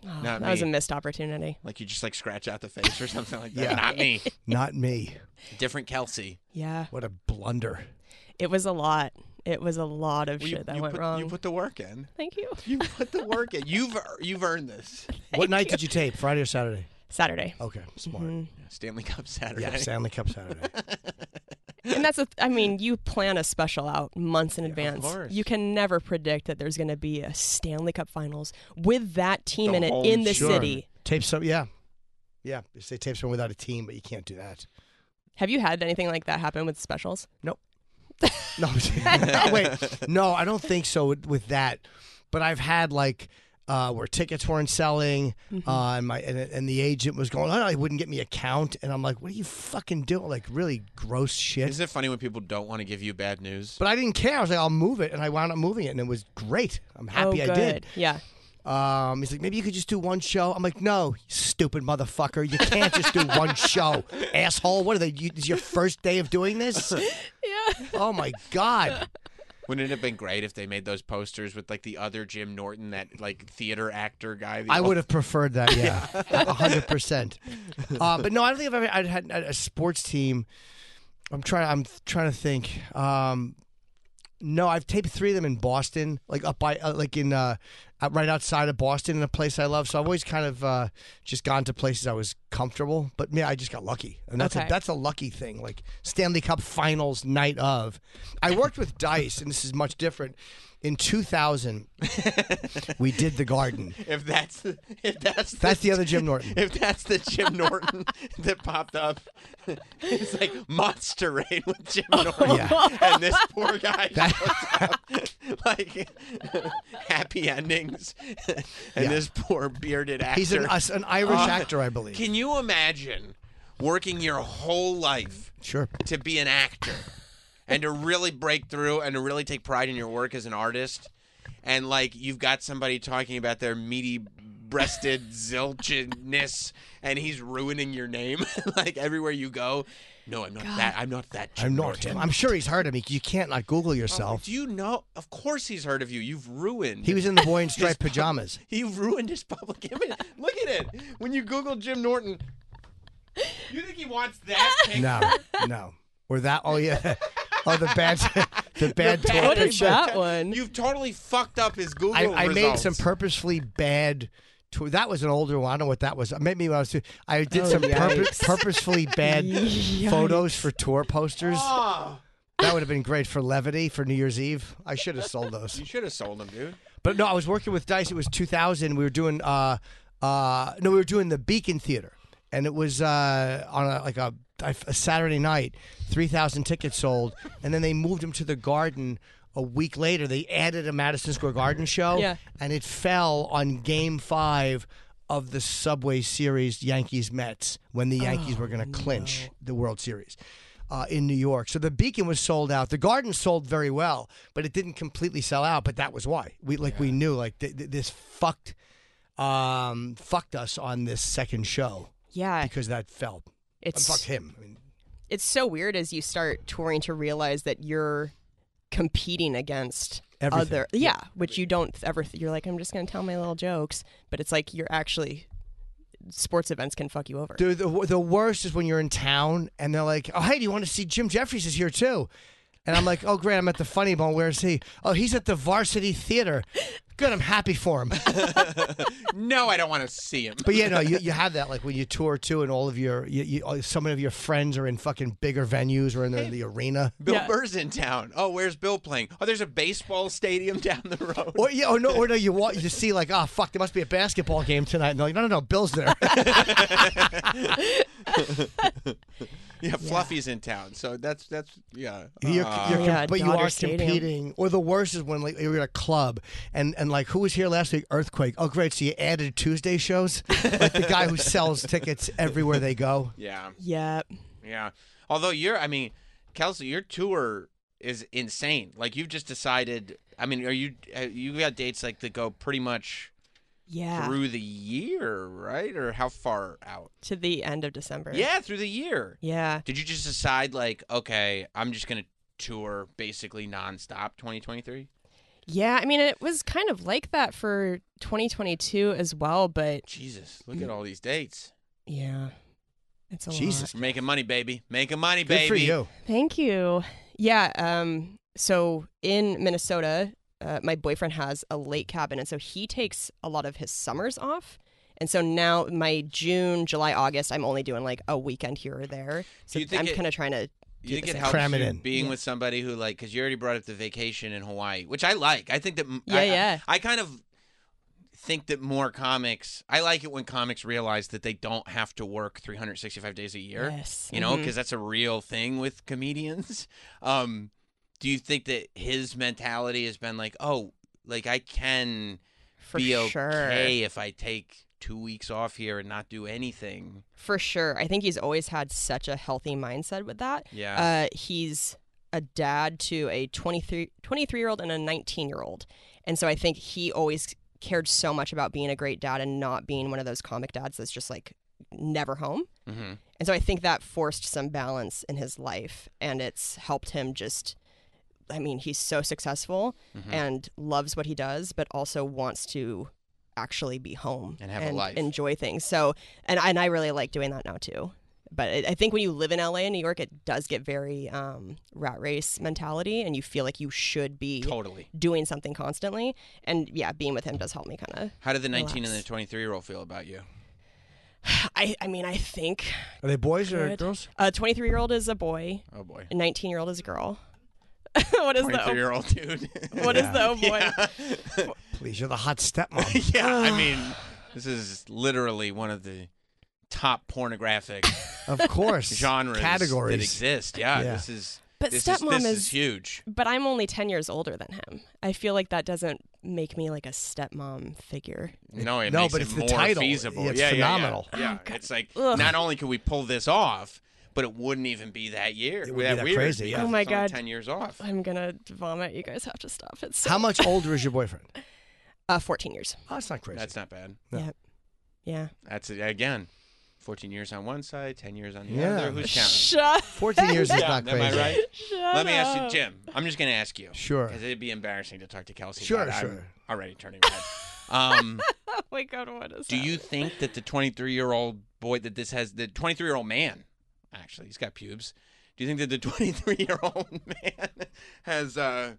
[SPEAKER 3] Oh,
[SPEAKER 4] Not
[SPEAKER 3] that was a
[SPEAKER 4] me.
[SPEAKER 3] missed opportunity.
[SPEAKER 4] Like you just like scratch out the face or something like that.
[SPEAKER 2] Yeah.
[SPEAKER 4] Not me.
[SPEAKER 2] Not me.
[SPEAKER 4] Different Kelsey.
[SPEAKER 3] Yeah,
[SPEAKER 2] What a blunder.
[SPEAKER 3] it was a lot. It was a lot of
[SPEAKER 5] Well,
[SPEAKER 3] shit
[SPEAKER 5] you,
[SPEAKER 3] that
[SPEAKER 5] you
[SPEAKER 3] went
[SPEAKER 5] put,
[SPEAKER 3] wrong.
[SPEAKER 5] You put the work in.
[SPEAKER 3] Thank you.
[SPEAKER 5] You put the work in. You've ear- you've earned this.
[SPEAKER 2] what night did you tape? Friday or Saturday?
[SPEAKER 3] Saturday, Mm-hmm.
[SPEAKER 2] Okay, smart.
[SPEAKER 4] Stanley Cup Saturday.
[SPEAKER 2] Yeah, Stanley Cup Saturday.
[SPEAKER 3] and that's a. I mean, you plan a special out months in advance.
[SPEAKER 4] course.
[SPEAKER 3] You can never predict that there's going to be a Stanley Cup Finals with that team
[SPEAKER 5] The
[SPEAKER 3] in it
[SPEAKER 5] home
[SPEAKER 3] in the
[SPEAKER 2] Sure.
[SPEAKER 3] city.
[SPEAKER 2] Tape some, yeah, yeah. They say tape someone without a team, but you can't do that.
[SPEAKER 3] Have you had anything like that happen with specials?
[SPEAKER 2] No, I'm just- no, wait, no, I don't think so with, with that. But I've had like uh, where tickets weren't selling,
[SPEAKER 3] Mm-hmm.
[SPEAKER 2] uh, and my and, and the agent was going, oh, he wouldn't get me a count, and I'm like, what are you fucking doing? Like really gross shit.
[SPEAKER 4] Isn't it funny when people don't want to give you bad news?
[SPEAKER 2] But I didn't care. I was like, I'll move it, and I wound up moving it, and it was great. I'm happy
[SPEAKER 3] oh,
[SPEAKER 2] I
[SPEAKER 3] good.
[SPEAKER 2] did.
[SPEAKER 3] Yeah.
[SPEAKER 2] Um, he's like, maybe you could just do one show. I'm like, no, you stupid motherfucker, you can't just do one show, asshole. What are they? You, this is your first day of doing this?
[SPEAKER 3] Yeah.
[SPEAKER 2] Oh my god.
[SPEAKER 4] Wouldn't it have been great if they made those posters with like the other Jim Norton, that like theater actor guy? the
[SPEAKER 2] I
[SPEAKER 4] old-
[SPEAKER 2] would have preferred that, yeah, a hundred percent. Uh, But no, I don't think I've ever I'd had a sports team. I'm trying. I'm trying to think. Um, no, I've taped three of them in Boston, like up by, uh, like in, uh, out- right outside of Boston, in a place I love. So I've always kind of uh, just gone to places I was comfortable. But yeah, I just got lucky, and that's a,
[SPEAKER 3] Okay.
[SPEAKER 2] that's a lucky thing. Like Stanley Cup Finals night of, I worked with Dice, and this is much different. In 2000, we did the Garden.
[SPEAKER 5] If that's the, if that's the,
[SPEAKER 2] That's the other Jim Norton.
[SPEAKER 5] if that's the Jim Norton that popped up, it's like Monster Rain with Jim Norton,
[SPEAKER 2] Yeah.
[SPEAKER 5] and this poor guy
[SPEAKER 2] That-
[SPEAKER 5] popped up like happy endings, and this poor bearded actor.
[SPEAKER 2] He's an, us- an Irish actor, I believe.
[SPEAKER 4] Uh, Can you imagine working your whole life
[SPEAKER 2] sure.
[SPEAKER 4] to be an actor and to really break through and to really take pride in your work as an artist? And like you've got somebody talking about their meaty breasted zilchiness and he's ruining your name like everywhere you go. No, I'm not that. I'm not that. Jim
[SPEAKER 2] I'm not
[SPEAKER 4] Norton. Oh,
[SPEAKER 2] him. I'm sure he's heard of me. You can't not Google yourself.
[SPEAKER 4] Do you know? Of course he's heard of you. You've ruined.
[SPEAKER 2] He was in the boy in striped pajamas.
[SPEAKER 4] You've ruined his public image. Look at it. When you Google Jim Norton, you think he wants that? Picture?
[SPEAKER 2] No, no. Or that. Oh yeah. Oh the bad, the bad toy
[SPEAKER 3] What is
[SPEAKER 2] picture.
[SPEAKER 3] that one?
[SPEAKER 4] You've totally fucked up his Google
[SPEAKER 2] I, I made
[SPEAKER 4] results.
[SPEAKER 2] some purposefully bad. Tour. That was an older one. I don't know what that was. Maybe when I was. Too, I
[SPEAKER 3] Oh,
[SPEAKER 4] Oh.
[SPEAKER 2] did some purpo- purposefully bad photos for tour posters. That would have been great for levity for New Year's Eve. I should have sold those.
[SPEAKER 5] You should have sold them, dude.
[SPEAKER 2] But no, I was working with Dice. It was 2000. We were doing uh uh no, we were doing the Beacon Theater, and it was uh on a, like a, a Saturday night. Three thousand tickets sold, and then they moved them to the Garden. A week later, they added a Madison Square Garden show,
[SPEAKER 3] Yeah.
[SPEAKER 2] and it fell on Game Five of the Subway Series Yankees Mets when the Yankees were going to clinch the World Series uh, in New York. So the Beacon was sold out. The Garden sold very well, but it didn't completely sell out. But that was why we like we knew like th- th- this fucked um, fucked us on this second show
[SPEAKER 3] Yeah,
[SPEAKER 2] because that fell.
[SPEAKER 3] it's
[SPEAKER 2] Fuck him. I mean,
[SPEAKER 3] it's so weird as you start touring to realize that you're competing against
[SPEAKER 2] Everything.
[SPEAKER 3] other yeah, which you don't ever th- you're like I'm just going to tell my little jokes, but it's like you're actually sports events can fuck you over.
[SPEAKER 2] Dude, the, the worst is when you're in town and they're like, oh, hey, do you want to see Jim Jeffries is here too? And I'm like, oh, great, I'm at the Funny Bone. Where's he? Oh, he's at the Varsity Theater. Good, I'm happy for him.
[SPEAKER 4] No, I don't want to see him.
[SPEAKER 2] But yeah, no, you, you have that like when you tour too, and all of your you, you, all- so many of your friends are in fucking bigger venues or in the, the arena.
[SPEAKER 4] Bill
[SPEAKER 3] Yeah.
[SPEAKER 4] Burr's in town. Oh, where's Bill playing? Oh, there's a baseball stadium down the road.
[SPEAKER 2] Or yeah, or no, or no, you wa- you see like, oh fuck, there must be a basketball game tonight. And they're like, no, no, no, Bill's there.
[SPEAKER 5] Yeah, Fluffy's in town, so that's that's yeah.
[SPEAKER 2] You're,
[SPEAKER 4] Oh,
[SPEAKER 5] Uh,
[SPEAKER 2] you're
[SPEAKER 3] Yeah,
[SPEAKER 2] but you
[SPEAKER 3] Dodger
[SPEAKER 2] are
[SPEAKER 3] Stadium.
[SPEAKER 2] competing. Or the worst is when like you're at a club and and like who was here last week? Earthquake. Oh great, so you added Tuesday shows. like the guy who sells tickets everywhere they go.
[SPEAKER 4] Yeah,
[SPEAKER 3] Yeah.
[SPEAKER 4] yeah. Although you're, I mean, Kelsey, your tour is insane. Like you've just decided. I mean, are you uh, you got dates like that go pretty much
[SPEAKER 3] Yeah.
[SPEAKER 4] through the year, right? Or how far out?
[SPEAKER 3] to the end of December.
[SPEAKER 4] Yeah, through the year.
[SPEAKER 3] Yeah.
[SPEAKER 4] Did you just decide like, okay, I'm just gonna tour basically nonstop 2023?
[SPEAKER 3] Yeah, I mean it was kind of like that for 2022 as well, but
[SPEAKER 4] Jesus,
[SPEAKER 2] Mm.
[SPEAKER 4] look at all these dates.
[SPEAKER 3] yeah. It's a lot.
[SPEAKER 2] Jesus.
[SPEAKER 4] We're making money, baby. Making money,
[SPEAKER 2] Good
[SPEAKER 4] baby.
[SPEAKER 2] for you.
[SPEAKER 3] Thank you. Yeah. Um, so in Minnesota, uh, my boyfriend has a lake cabin, and so he takes a lot of his summers off. And so now my June, July, August, I'm only doing like a weekend here or there. So
[SPEAKER 4] Do you think
[SPEAKER 3] I'm
[SPEAKER 4] it-
[SPEAKER 3] kind of trying to.
[SPEAKER 4] You think
[SPEAKER 3] the
[SPEAKER 4] it
[SPEAKER 3] same.
[SPEAKER 4] helps
[SPEAKER 2] Cram it
[SPEAKER 4] you
[SPEAKER 2] in.
[SPEAKER 4] being with somebody who like because you already brought up the vacation in Hawaii, which I like. I think that m-
[SPEAKER 3] Yeah,
[SPEAKER 4] I-
[SPEAKER 3] yeah.
[SPEAKER 4] I, I kind of think that more comics. I like it when comics realize that they don't have to work 365 days a year.
[SPEAKER 3] Yes.
[SPEAKER 4] You know,
[SPEAKER 3] Mhm.
[SPEAKER 4] because that's a real thing with comedians. Um, do you think that his mentality has been like, oh, like I can
[SPEAKER 3] For
[SPEAKER 4] be
[SPEAKER 3] sure.
[SPEAKER 4] okay if I take two weeks off here and not do anything?
[SPEAKER 3] For sure. I think he's always had such a healthy mindset with that.
[SPEAKER 4] Yeah.
[SPEAKER 3] Uh, he's a dad to a 23, 23 year old and a 19 year old. And so I think he always cared so much about being a great dad and not being one of those comic dads that's just like never home.
[SPEAKER 4] Mhm.
[SPEAKER 3] And so I think that forced some balance in his life and it's helped him just. I mean, he's so successful
[SPEAKER 4] Mm. Mm-hmm.
[SPEAKER 3] and loves what he does, but also wants to actually be home
[SPEAKER 4] And have a life.
[SPEAKER 3] enjoy things. So, and and I really like doing that now too. But I I think when you live in LA and New York, it does get very um, rat race mentality, and you feel like you should be
[SPEAKER 4] Totally.
[SPEAKER 3] doing something constantly. And yeah, being with him does help me kind
[SPEAKER 4] How did the 19 and the
[SPEAKER 3] Relax.
[SPEAKER 4] 23 year old feel about you?
[SPEAKER 3] of. I I mean, I think
[SPEAKER 2] Are they boys or
[SPEAKER 3] Good.
[SPEAKER 2] girls?
[SPEAKER 3] a 23 year old is a boy,
[SPEAKER 4] Oh boy.
[SPEAKER 3] a 19 year old is a girl. what is the
[SPEAKER 4] 23
[SPEAKER 3] oh,
[SPEAKER 4] year old dude.
[SPEAKER 3] what is the oh boy?
[SPEAKER 2] Please, you're the hot stepmom.
[SPEAKER 4] yeah, I mean, this is literally one of the top pornographic
[SPEAKER 2] of course.
[SPEAKER 4] genres
[SPEAKER 2] Categories.
[SPEAKER 4] that exist. Yeah,
[SPEAKER 2] Yeah.
[SPEAKER 4] this is.
[SPEAKER 3] But
[SPEAKER 4] this
[SPEAKER 3] stepmom
[SPEAKER 4] is, this
[SPEAKER 3] is-
[SPEAKER 4] huge.
[SPEAKER 3] But I'm only 10 years older than him. I feel like that doesn't make me like a stepmom figure.
[SPEAKER 4] No, it
[SPEAKER 2] No,
[SPEAKER 4] makes
[SPEAKER 2] but
[SPEAKER 4] it
[SPEAKER 2] it's the
[SPEAKER 4] more
[SPEAKER 2] title.
[SPEAKER 4] feasible.
[SPEAKER 2] It's
[SPEAKER 4] yeah, yeah, yeah.
[SPEAKER 2] phenomenal.
[SPEAKER 4] Yeah,
[SPEAKER 3] Oh,
[SPEAKER 4] it's like not only could we pull this off, but it wouldn't even be that year.
[SPEAKER 2] It would be that
[SPEAKER 4] weird
[SPEAKER 2] crazy, yeah.
[SPEAKER 4] because
[SPEAKER 3] Oh my
[SPEAKER 4] it's only
[SPEAKER 3] God.
[SPEAKER 4] Ten years off.
[SPEAKER 3] I'm gonna vomit. You guys have to stop. It's so
[SPEAKER 2] How much older is your boyfriend?
[SPEAKER 3] Uh, 14 years.
[SPEAKER 2] Oh, that's not crazy.
[SPEAKER 4] That's not bad.
[SPEAKER 3] Yeah.
[SPEAKER 4] That's again, fourteen years on one side, ten years on the
[SPEAKER 2] Yeah.
[SPEAKER 4] other. Who's counting?
[SPEAKER 3] Shut.
[SPEAKER 2] 14 years is
[SPEAKER 4] Yeah,
[SPEAKER 2] not crazy.
[SPEAKER 4] Am I right?
[SPEAKER 3] Shut
[SPEAKER 4] Let me ask you,
[SPEAKER 3] up.
[SPEAKER 4] Jim. I'm just going to ask you.
[SPEAKER 2] Sure.
[SPEAKER 4] Because it'd be embarrassing to talk to Kelsey.
[SPEAKER 2] Sure,
[SPEAKER 4] about it.
[SPEAKER 2] sure.
[SPEAKER 4] I'm already turning red. um,
[SPEAKER 3] Oh my god, what is
[SPEAKER 4] do you think that the 23 year old boy that this has, the 23 year old man, actually, he's got pubes. Do you think that the 23 year old man has uh,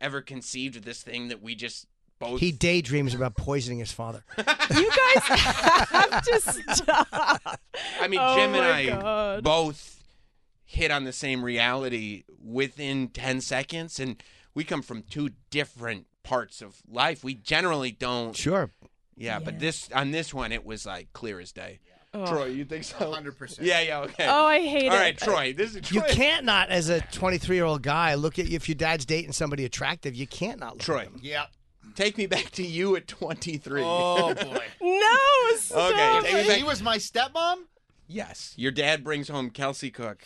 [SPEAKER 4] ever conceived of this thing that we just both.
[SPEAKER 2] He daydreams about poisoning his father.
[SPEAKER 3] that? You guys have to stop.
[SPEAKER 4] I mean,
[SPEAKER 3] Oh
[SPEAKER 4] Jim and
[SPEAKER 3] my
[SPEAKER 4] I
[SPEAKER 3] God.
[SPEAKER 4] both hit on the same reality within 10 seconds and we come from two different parts of life we generally don't
[SPEAKER 2] Sure.
[SPEAKER 4] yeah, but this on this one it was like clear as day troy you think so
[SPEAKER 5] 100%.
[SPEAKER 4] yeah yeah okay
[SPEAKER 3] Oh, I hate
[SPEAKER 4] all
[SPEAKER 3] it.
[SPEAKER 4] right troy this is
[SPEAKER 2] You
[SPEAKER 4] troy
[SPEAKER 2] can't not, as a 23 year old guy, look at if your dad's dating somebody attractive. You can't not look
[SPEAKER 4] Troy.
[SPEAKER 2] at them.
[SPEAKER 5] Yep.
[SPEAKER 4] take me back to you at 23
[SPEAKER 5] Oh boy.
[SPEAKER 3] No, stop.
[SPEAKER 4] Okay, take
[SPEAKER 5] if she was my stepmom,
[SPEAKER 4] yes your dad brings home kelsey cook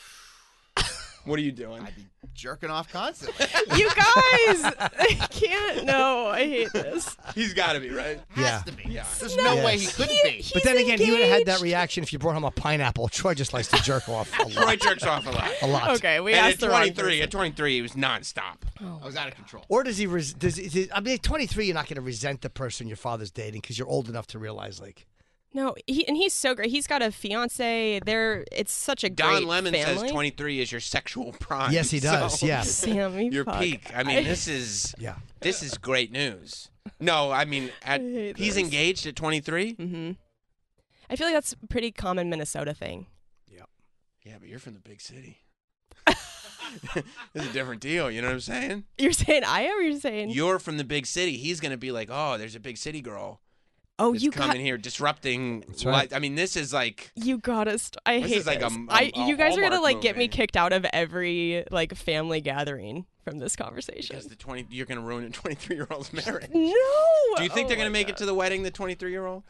[SPEAKER 4] what are you doing
[SPEAKER 5] I'd be jerking off constantly.
[SPEAKER 3] You guys, I can't. No, I hate this.
[SPEAKER 4] he's got to be right
[SPEAKER 5] Has
[SPEAKER 2] Yeah.
[SPEAKER 5] to be. There's no
[SPEAKER 2] Yes.
[SPEAKER 5] way he couldn't be.
[SPEAKER 2] But then again, he would have had that reaction if you brought him a pineapple. Troy just likes to jerk off a
[SPEAKER 4] troy
[SPEAKER 2] lot.
[SPEAKER 4] jerks off a lot
[SPEAKER 2] A lot.
[SPEAKER 3] Okay, we
[SPEAKER 4] and
[SPEAKER 3] asked
[SPEAKER 4] at
[SPEAKER 3] the wrong
[SPEAKER 4] 23 at 23 he was nonstop
[SPEAKER 5] I was out of control.
[SPEAKER 2] Or does he? Res- does he, does- I mean, at 23, you're not going to resent the person your father's dating because you're old enough to realize, like,
[SPEAKER 3] No, he, and he's so great. He's got a fiance. They're it's such a
[SPEAKER 4] don
[SPEAKER 3] great
[SPEAKER 4] lemon
[SPEAKER 3] family.
[SPEAKER 4] says 23 is your sexual prime
[SPEAKER 2] yes, he does.
[SPEAKER 4] so-
[SPEAKER 2] yeah.
[SPEAKER 3] Damn, you
[SPEAKER 4] your
[SPEAKER 3] fuck.
[SPEAKER 4] peak. I mean, this is
[SPEAKER 2] Yeah.
[SPEAKER 4] this is great news. No, I mean, at,
[SPEAKER 3] hate
[SPEAKER 4] he's
[SPEAKER 3] this. Mm-hmm.
[SPEAKER 4] engaged at 23.
[SPEAKER 3] I feel like that's a pretty common Minnesota thing.
[SPEAKER 4] Yeah, but you're from the big city. it's a different deal. You know what I'm saying?
[SPEAKER 3] You're saying I am. or You're saying
[SPEAKER 4] You're from the big city. He's gonna be like, oh, there's a big city girl
[SPEAKER 3] oh,
[SPEAKER 4] that's
[SPEAKER 3] you
[SPEAKER 4] coming
[SPEAKER 3] got
[SPEAKER 4] here disrupting.
[SPEAKER 2] right.
[SPEAKER 4] Li- I mean, this is like
[SPEAKER 3] you gotta. St- I
[SPEAKER 4] This
[SPEAKER 3] hate
[SPEAKER 4] is like a-
[SPEAKER 3] this.
[SPEAKER 4] a-
[SPEAKER 3] I-
[SPEAKER 4] a
[SPEAKER 3] you guys are gonna
[SPEAKER 4] Hallmark
[SPEAKER 3] like get me
[SPEAKER 4] movie.
[SPEAKER 3] kicked out of every like family gathering from this conversation.
[SPEAKER 4] because the 20 you're gonna ruin a 23 year old's marriage.
[SPEAKER 3] No.
[SPEAKER 4] Do you think they're
[SPEAKER 3] Oh my
[SPEAKER 4] gonna make it
[SPEAKER 3] God.
[SPEAKER 4] to the wedding? The 23 year old.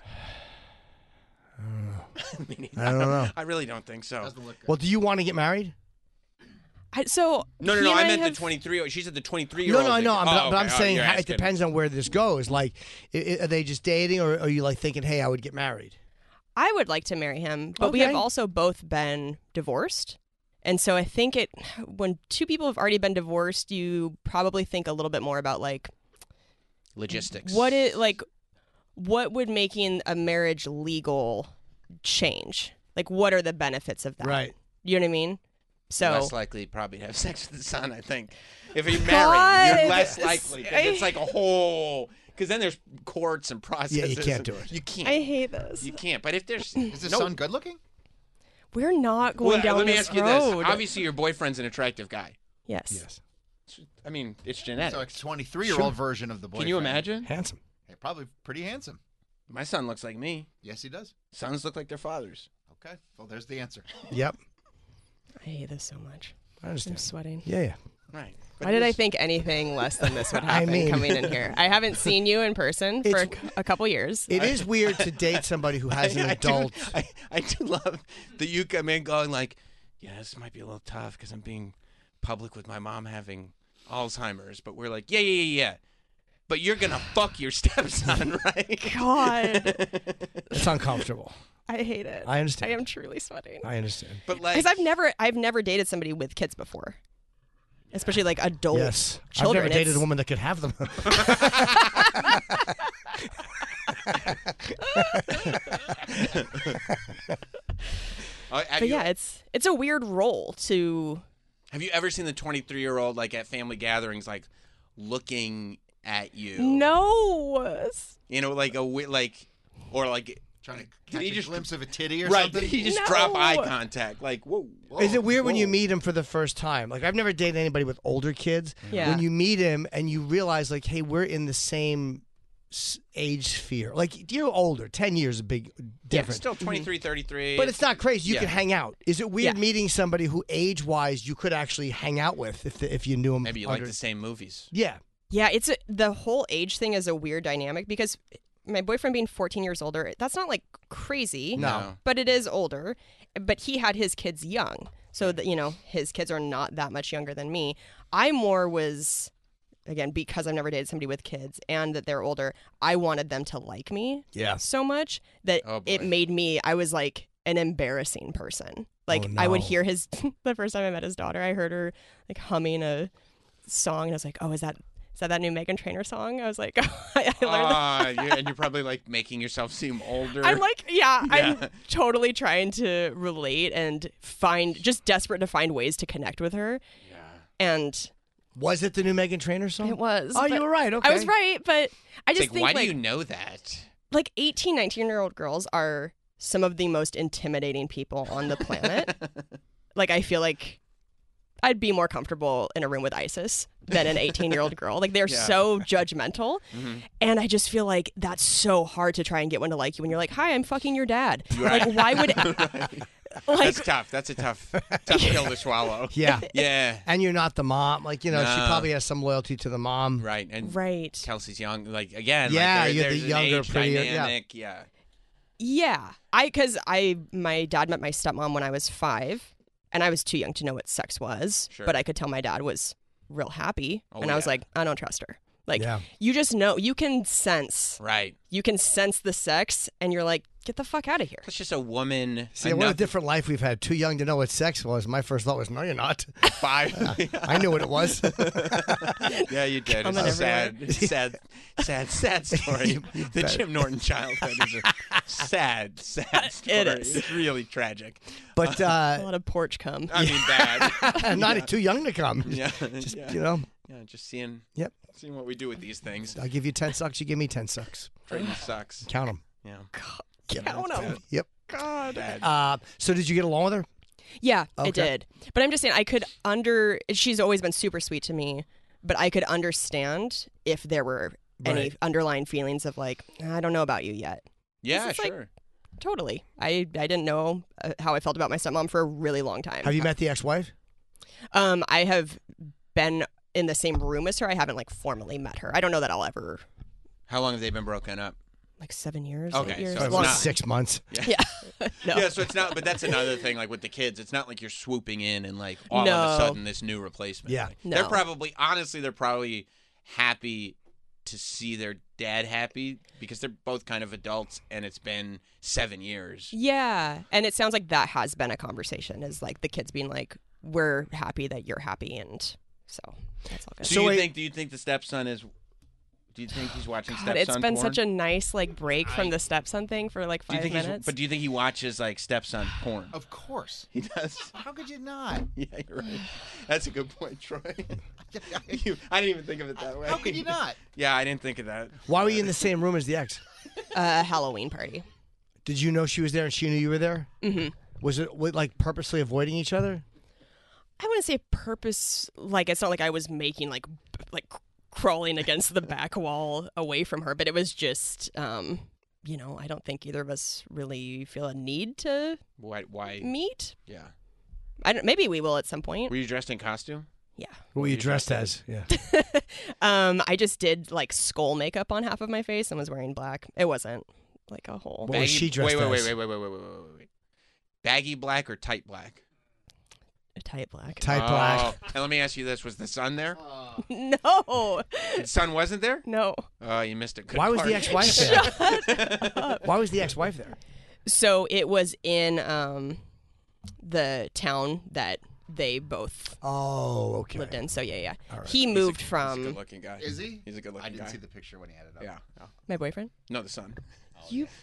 [SPEAKER 2] I don't know.
[SPEAKER 4] I really don't think so.
[SPEAKER 5] Doesn't look good.
[SPEAKER 2] Well, do you want to get married?
[SPEAKER 3] I, so
[SPEAKER 4] No, no,
[SPEAKER 3] he
[SPEAKER 4] no.
[SPEAKER 3] and
[SPEAKER 4] I meant
[SPEAKER 3] have,
[SPEAKER 4] the 23 year old. She said the Oh, 23 year
[SPEAKER 2] No,
[SPEAKER 4] old.
[SPEAKER 2] no, I know. I'm, but, but I'm saying
[SPEAKER 4] it
[SPEAKER 2] how- it depends on where this goes. Like, i i- are they just dating, or are you like thinking, "Hey, I would get married"?
[SPEAKER 3] I would like to marry him, but we have
[SPEAKER 2] Okay.
[SPEAKER 3] also both been divorced. And so I think it when two people have already been divorced, you probably think a little bit more about like
[SPEAKER 4] logistics.
[SPEAKER 3] what it like what would making a marriage legal change? Like what are the benefits of that?
[SPEAKER 2] Right.
[SPEAKER 3] You know what I mean? So
[SPEAKER 4] less likely probably to have sex with the son. I think if you're married,
[SPEAKER 3] God.
[SPEAKER 4] you're less likely. 'cause It's like a whole because then there's courts and processes.
[SPEAKER 2] can't do it.
[SPEAKER 4] You can't.
[SPEAKER 3] I hate this.
[SPEAKER 4] you can't. But if there's
[SPEAKER 5] Is this
[SPEAKER 4] no-
[SPEAKER 5] son good looking?
[SPEAKER 3] We're not going
[SPEAKER 4] Well,
[SPEAKER 3] down
[SPEAKER 4] let me
[SPEAKER 3] this
[SPEAKER 4] ask you
[SPEAKER 3] road.
[SPEAKER 4] this. Obviously, your boyfriend's an attractive guy.
[SPEAKER 3] yes.
[SPEAKER 4] I mean, it's
[SPEAKER 5] So
[SPEAKER 4] genetic.
[SPEAKER 5] like a 23 year old version of the boy.
[SPEAKER 4] Can you imagine?
[SPEAKER 2] handsome.
[SPEAKER 5] probably pretty handsome.
[SPEAKER 4] My son looks like me.
[SPEAKER 5] Yes, he does.
[SPEAKER 4] Sons look like their fathers.
[SPEAKER 5] Okay. Well, there's the answer.
[SPEAKER 2] Yep,
[SPEAKER 3] I hate this so much.
[SPEAKER 2] I
[SPEAKER 3] I'm
[SPEAKER 2] understand.
[SPEAKER 3] sweating.
[SPEAKER 2] Yeah, yeah.
[SPEAKER 4] Right.
[SPEAKER 3] Why did I think anything less than this would
[SPEAKER 2] I
[SPEAKER 3] happen
[SPEAKER 2] mean-
[SPEAKER 3] coming in here? I haven't seen you in person for a,
[SPEAKER 2] It's-
[SPEAKER 3] c- a couple years.
[SPEAKER 2] It is weird to date somebody who has an
[SPEAKER 4] I do-
[SPEAKER 2] adult.
[SPEAKER 4] I, I do love that you come in going like, yeah, this might be a little tough because I'm being public with my mom having Alzheimer's, but we're like, yeah, yeah, yeah, yeah. But you're gonna fuck your stepson, right?
[SPEAKER 3] God,
[SPEAKER 2] It's uncomfortable.
[SPEAKER 3] I hate it.
[SPEAKER 2] I understand.
[SPEAKER 3] I am truly sweating
[SPEAKER 2] I understand.
[SPEAKER 4] But like,
[SPEAKER 3] because I've never, I've never dated somebody with kids before, especially like
[SPEAKER 4] Oh,
[SPEAKER 3] adult
[SPEAKER 2] Yes,
[SPEAKER 3] children.
[SPEAKER 2] I've never dated
[SPEAKER 3] It's-
[SPEAKER 2] a woman that could have them.
[SPEAKER 4] Uh, have,
[SPEAKER 3] But
[SPEAKER 4] you,
[SPEAKER 3] yeah, it's it's a weird role to.
[SPEAKER 4] have you ever seen the 23 year old like at family gatherings like looking at you?
[SPEAKER 3] No,
[SPEAKER 4] You know, like a wi- like, or like,
[SPEAKER 5] Trying to catch
[SPEAKER 4] he
[SPEAKER 5] a
[SPEAKER 4] just-
[SPEAKER 5] glimpse of a titty or
[SPEAKER 4] right?
[SPEAKER 5] something.
[SPEAKER 4] Did he just drop
[SPEAKER 3] No.
[SPEAKER 4] eye contact? Like, whoa. whoa,
[SPEAKER 2] Is it weird when you
[SPEAKER 4] whoa.
[SPEAKER 2] meet him for the first time? Like I've never dated anybody with older kids.
[SPEAKER 3] Yeah.
[SPEAKER 2] When you meet him and you realize like, hey, we're in the same s- age sphere. Like you're older, ten years is a big
[SPEAKER 4] It's
[SPEAKER 2] difference.
[SPEAKER 4] still 23, 33.
[SPEAKER 2] but it's not crazy. You
[SPEAKER 4] Yeah.
[SPEAKER 2] can hang out. Is it weird
[SPEAKER 3] Yeah.
[SPEAKER 2] meeting somebody who age-wise you could actually hang out with if the, if you knew him?
[SPEAKER 4] maybe you like
[SPEAKER 2] under-
[SPEAKER 4] the same movies.
[SPEAKER 2] Yeah.
[SPEAKER 3] yeah, it's a, the whole age thing is a weird dynamic because my boyfriend being 14 years older, that's not like crazy.
[SPEAKER 2] No.
[SPEAKER 3] but it is older. But he had his kids young, so that you know his kids are not that much younger than me. I more was, again, because I've never dated somebody with kids and that they're older. I wanted them to like me,
[SPEAKER 2] Yeah.
[SPEAKER 3] so much that
[SPEAKER 4] Oh, boy.
[SPEAKER 3] it made me. I was like an embarrassing person. Like
[SPEAKER 2] Oh,
[SPEAKER 3] I would
[SPEAKER 2] no.
[SPEAKER 3] hear his the first time I met his daughter. I heard her like humming a song, and I was like, oh, is that is that that new Megan Trainor song? I was like, I, I learned that.
[SPEAKER 4] Ah, you're, and you're probably like making yourself seem older.
[SPEAKER 3] I'm like, yeah,
[SPEAKER 4] Yeah.
[SPEAKER 3] I'm totally trying to relate and find just desperate to find ways to connect with her. Yeah. And
[SPEAKER 2] Was it the new Megan Trainor song?
[SPEAKER 3] it was.
[SPEAKER 2] Oh, you
[SPEAKER 3] but-
[SPEAKER 2] were right. Okay.
[SPEAKER 3] I was right, but I
[SPEAKER 4] It's
[SPEAKER 3] just
[SPEAKER 4] like,
[SPEAKER 3] think
[SPEAKER 4] why
[SPEAKER 3] like,
[SPEAKER 4] do you know that?
[SPEAKER 3] like 18, 19 year old girls are some of the most intimidating people on the planet. like I feel like I'd be more comfortable in a room with ISIS than an 18 year old girl. Like they're so judgmental, and I just feel like that's so hard to try and get one to like you when you're like, "Hi, I'm fucking your dad." Like, why would? Like,
[SPEAKER 4] That's tough. That's a tough, tough pill to swallow.
[SPEAKER 2] Yeah.
[SPEAKER 4] Yeah.
[SPEAKER 2] And you're not the mom. Like, you know, she
[SPEAKER 4] No.
[SPEAKER 2] probably has some loyalty to the mom.
[SPEAKER 4] Right. And
[SPEAKER 3] right?
[SPEAKER 4] Kelsey's young. Like again.
[SPEAKER 2] Yeah,
[SPEAKER 4] Like, there-
[SPEAKER 2] you're the
[SPEAKER 4] there's an
[SPEAKER 2] younger,
[SPEAKER 4] age
[SPEAKER 2] prettier- yeah.
[SPEAKER 4] dynamic. Yeah.
[SPEAKER 3] Yeah, I because I my dad met my stepmom when I was five, and I was too young to know what sex was,
[SPEAKER 4] Sure.
[SPEAKER 3] but I could tell my dad was real happy,
[SPEAKER 4] Oh,
[SPEAKER 3] and I was
[SPEAKER 4] yeah.
[SPEAKER 3] like, I don't trust her. Like
[SPEAKER 2] Yeah.
[SPEAKER 3] you just know, you can sense,
[SPEAKER 4] Right.
[SPEAKER 3] you can sense the sex, and you're like, get the fuck out of here.
[SPEAKER 4] That's just a woman.
[SPEAKER 2] See, what a
[SPEAKER 4] enough
[SPEAKER 2] different life we've had. Too young to know what sex was. My first thought was, no, you're not.
[SPEAKER 4] five.
[SPEAKER 2] I knew what it was.
[SPEAKER 4] yeah, you did. It's
[SPEAKER 3] Coming
[SPEAKER 4] a sad, sad, sad, sad story. the Jim Norton childhood is a sad, sad story.
[SPEAKER 3] It is.
[SPEAKER 4] It's really tragic.
[SPEAKER 2] But
[SPEAKER 3] A
[SPEAKER 2] uh,
[SPEAKER 3] lot of porch cum.
[SPEAKER 4] I mean, bad.
[SPEAKER 2] not too young to come.
[SPEAKER 4] yeah.
[SPEAKER 2] Just,
[SPEAKER 4] yeah.
[SPEAKER 2] you know,
[SPEAKER 4] yeah. Just seeing,
[SPEAKER 2] yep.
[SPEAKER 4] seeing what we do with these things.
[SPEAKER 2] I'll give you 10 sucks. You give me 10 sucks.
[SPEAKER 4] Trading sucks.
[SPEAKER 2] Count them.
[SPEAKER 4] Yeah.
[SPEAKER 3] Count 'em.
[SPEAKER 2] Yep.
[SPEAKER 4] God.
[SPEAKER 2] Uh, so did you get along with her?
[SPEAKER 3] Yeah,
[SPEAKER 2] Okay.
[SPEAKER 3] I did. But I'm just saying, I could under. She's always been super sweet to me, but I could understand if there were any
[SPEAKER 2] Right.
[SPEAKER 3] underlying feelings of like, I don't know about you yet.
[SPEAKER 4] Yeah.
[SPEAKER 3] is like-
[SPEAKER 4] Sure.
[SPEAKER 3] Totally. I, I didn't know uh, how I felt about my stepmom for a really long time.
[SPEAKER 2] Have you met the ex-wife?
[SPEAKER 3] um, I have been in the same room as her. I haven't like formally met her. I don't know that I'll ever
[SPEAKER 4] How long have they been broken up?
[SPEAKER 3] like seven years.
[SPEAKER 4] Okay,
[SPEAKER 3] eight years.
[SPEAKER 4] so it's
[SPEAKER 2] Well,
[SPEAKER 4] not-
[SPEAKER 2] six months.
[SPEAKER 3] no.
[SPEAKER 4] Yeah, so it's not. But that's another thing. Like with the kids, it's not like you're swooping in and like all of
[SPEAKER 3] No.
[SPEAKER 4] a sudden this new replacement.
[SPEAKER 2] Yeah.
[SPEAKER 4] Like,
[SPEAKER 3] No.
[SPEAKER 4] they're probably honestly they're probably happy to see their dad happy because they're both kind of adults and it's been seven years.
[SPEAKER 3] Yeah, and it sounds like that has been a conversation. Is like the kids being like, "We're happy that you're happy," and so that's all good.
[SPEAKER 4] Do
[SPEAKER 2] So
[SPEAKER 4] you
[SPEAKER 2] wait-
[SPEAKER 4] think? Do you think the stepson is? Do you think he's watching
[SPEAKER 3] God,
[SPEAKER 4] stepson?
[SPEAKER 3] it's been
[SPEAKER 4] porn?
[SPEAKER 3] such a nice like break from the stepson thing for like
[SPEAKER 4] Do you
[SPEAKER 3] five
[SPEAKER 4] think he's?
[SPEAKER 3] minutes.
[SPEAKER 4] But do you think he watches like stepson porn?
[SPEAKER 7] Of course.
[SPEAKER 4] He does.
[SPEAKER 7] How could you not?
[SPEAKER 4] Yeah, you're right. That's a good point, Troy. You- I didn't even think of it that way.
[SPEAKER 7] How could you not?
[SPEAKER 4] Yeah, I didn't think of that.
[SPEAKER 2] Why were you in the same room as the ex?
[SPEAKER 3] uh, Halloween party.
[SPEAKER 2] Did you know she was there and she knew you were there? Mm-hmm. Was it wa- like purposely avoiding each other?
[SPEAKER 3] I wouldn't say purpose. Like it's not like I was making like b- like cr- crawling against the back wall away from her, but it was just. um you know, I don't think either of us really feel a need to
[SPEAKER 4] Why? Why?
[SPEAKER 3] meet.
[SPEAKER 4] Yeah.
[SPEAKER 3] I don't, maybe we will at some point.
[SPEAKER 4] Were you dressed in costume?
[SPEAKER 3] Yeah.
[SPEAKER 2] What were you dressed as? Yeah.
[SPEAKER 3] Um, I just did like skull makeup on half of my face and was wearing black. It wasn't like a whole
[SPEAKER 2] What was she dressed
[SPEAKER 4] wait, wait,
[SPEAKER 2] as?
[SPEAKER 4] Wait, wait, wait, wait, wait, wait, wait, wait. Baggy black or tight black?
[SPEAKER 3] tight black.
[SPEAKER 2] Tight black.
[SPEAKER 4] Oh, And let me ask you this: Was the sun there?
[SPEAKER 3] no,
[SPEAKER 4] The sun wasn't there?
[SPEAKER 3] no.
[SPEAKER 4] Oh, you missed a good
[SPEAKER 2] Why was
[SPEAKER 4] part.
[SPEAKER 2] the ex-wife there? Why was the ex-wife there?
[SPEAKER 3] So it was in um the town that they both
[SPEAKER 2] Oh, okay.
[SPEAKER 3] lived in. So yeah, yeah. He moved
[SPEAKER 4] He's a
[SPEAKER 3] from
[SPEAKER 4] good-looking guy.
[SPEAKER 7] Hmm? Is he?
[SPEAKER 4] He's a good-looking
[SPEAKER 7] I didn't
[SPEAKER 4] guy.
[SPEAKER 7] see the picture when he had it up.
[SPEAKER 4] Yeah. Oh.
[SPEAKER 3] my boyfriend.
[SPEAKER 4] No, the sun.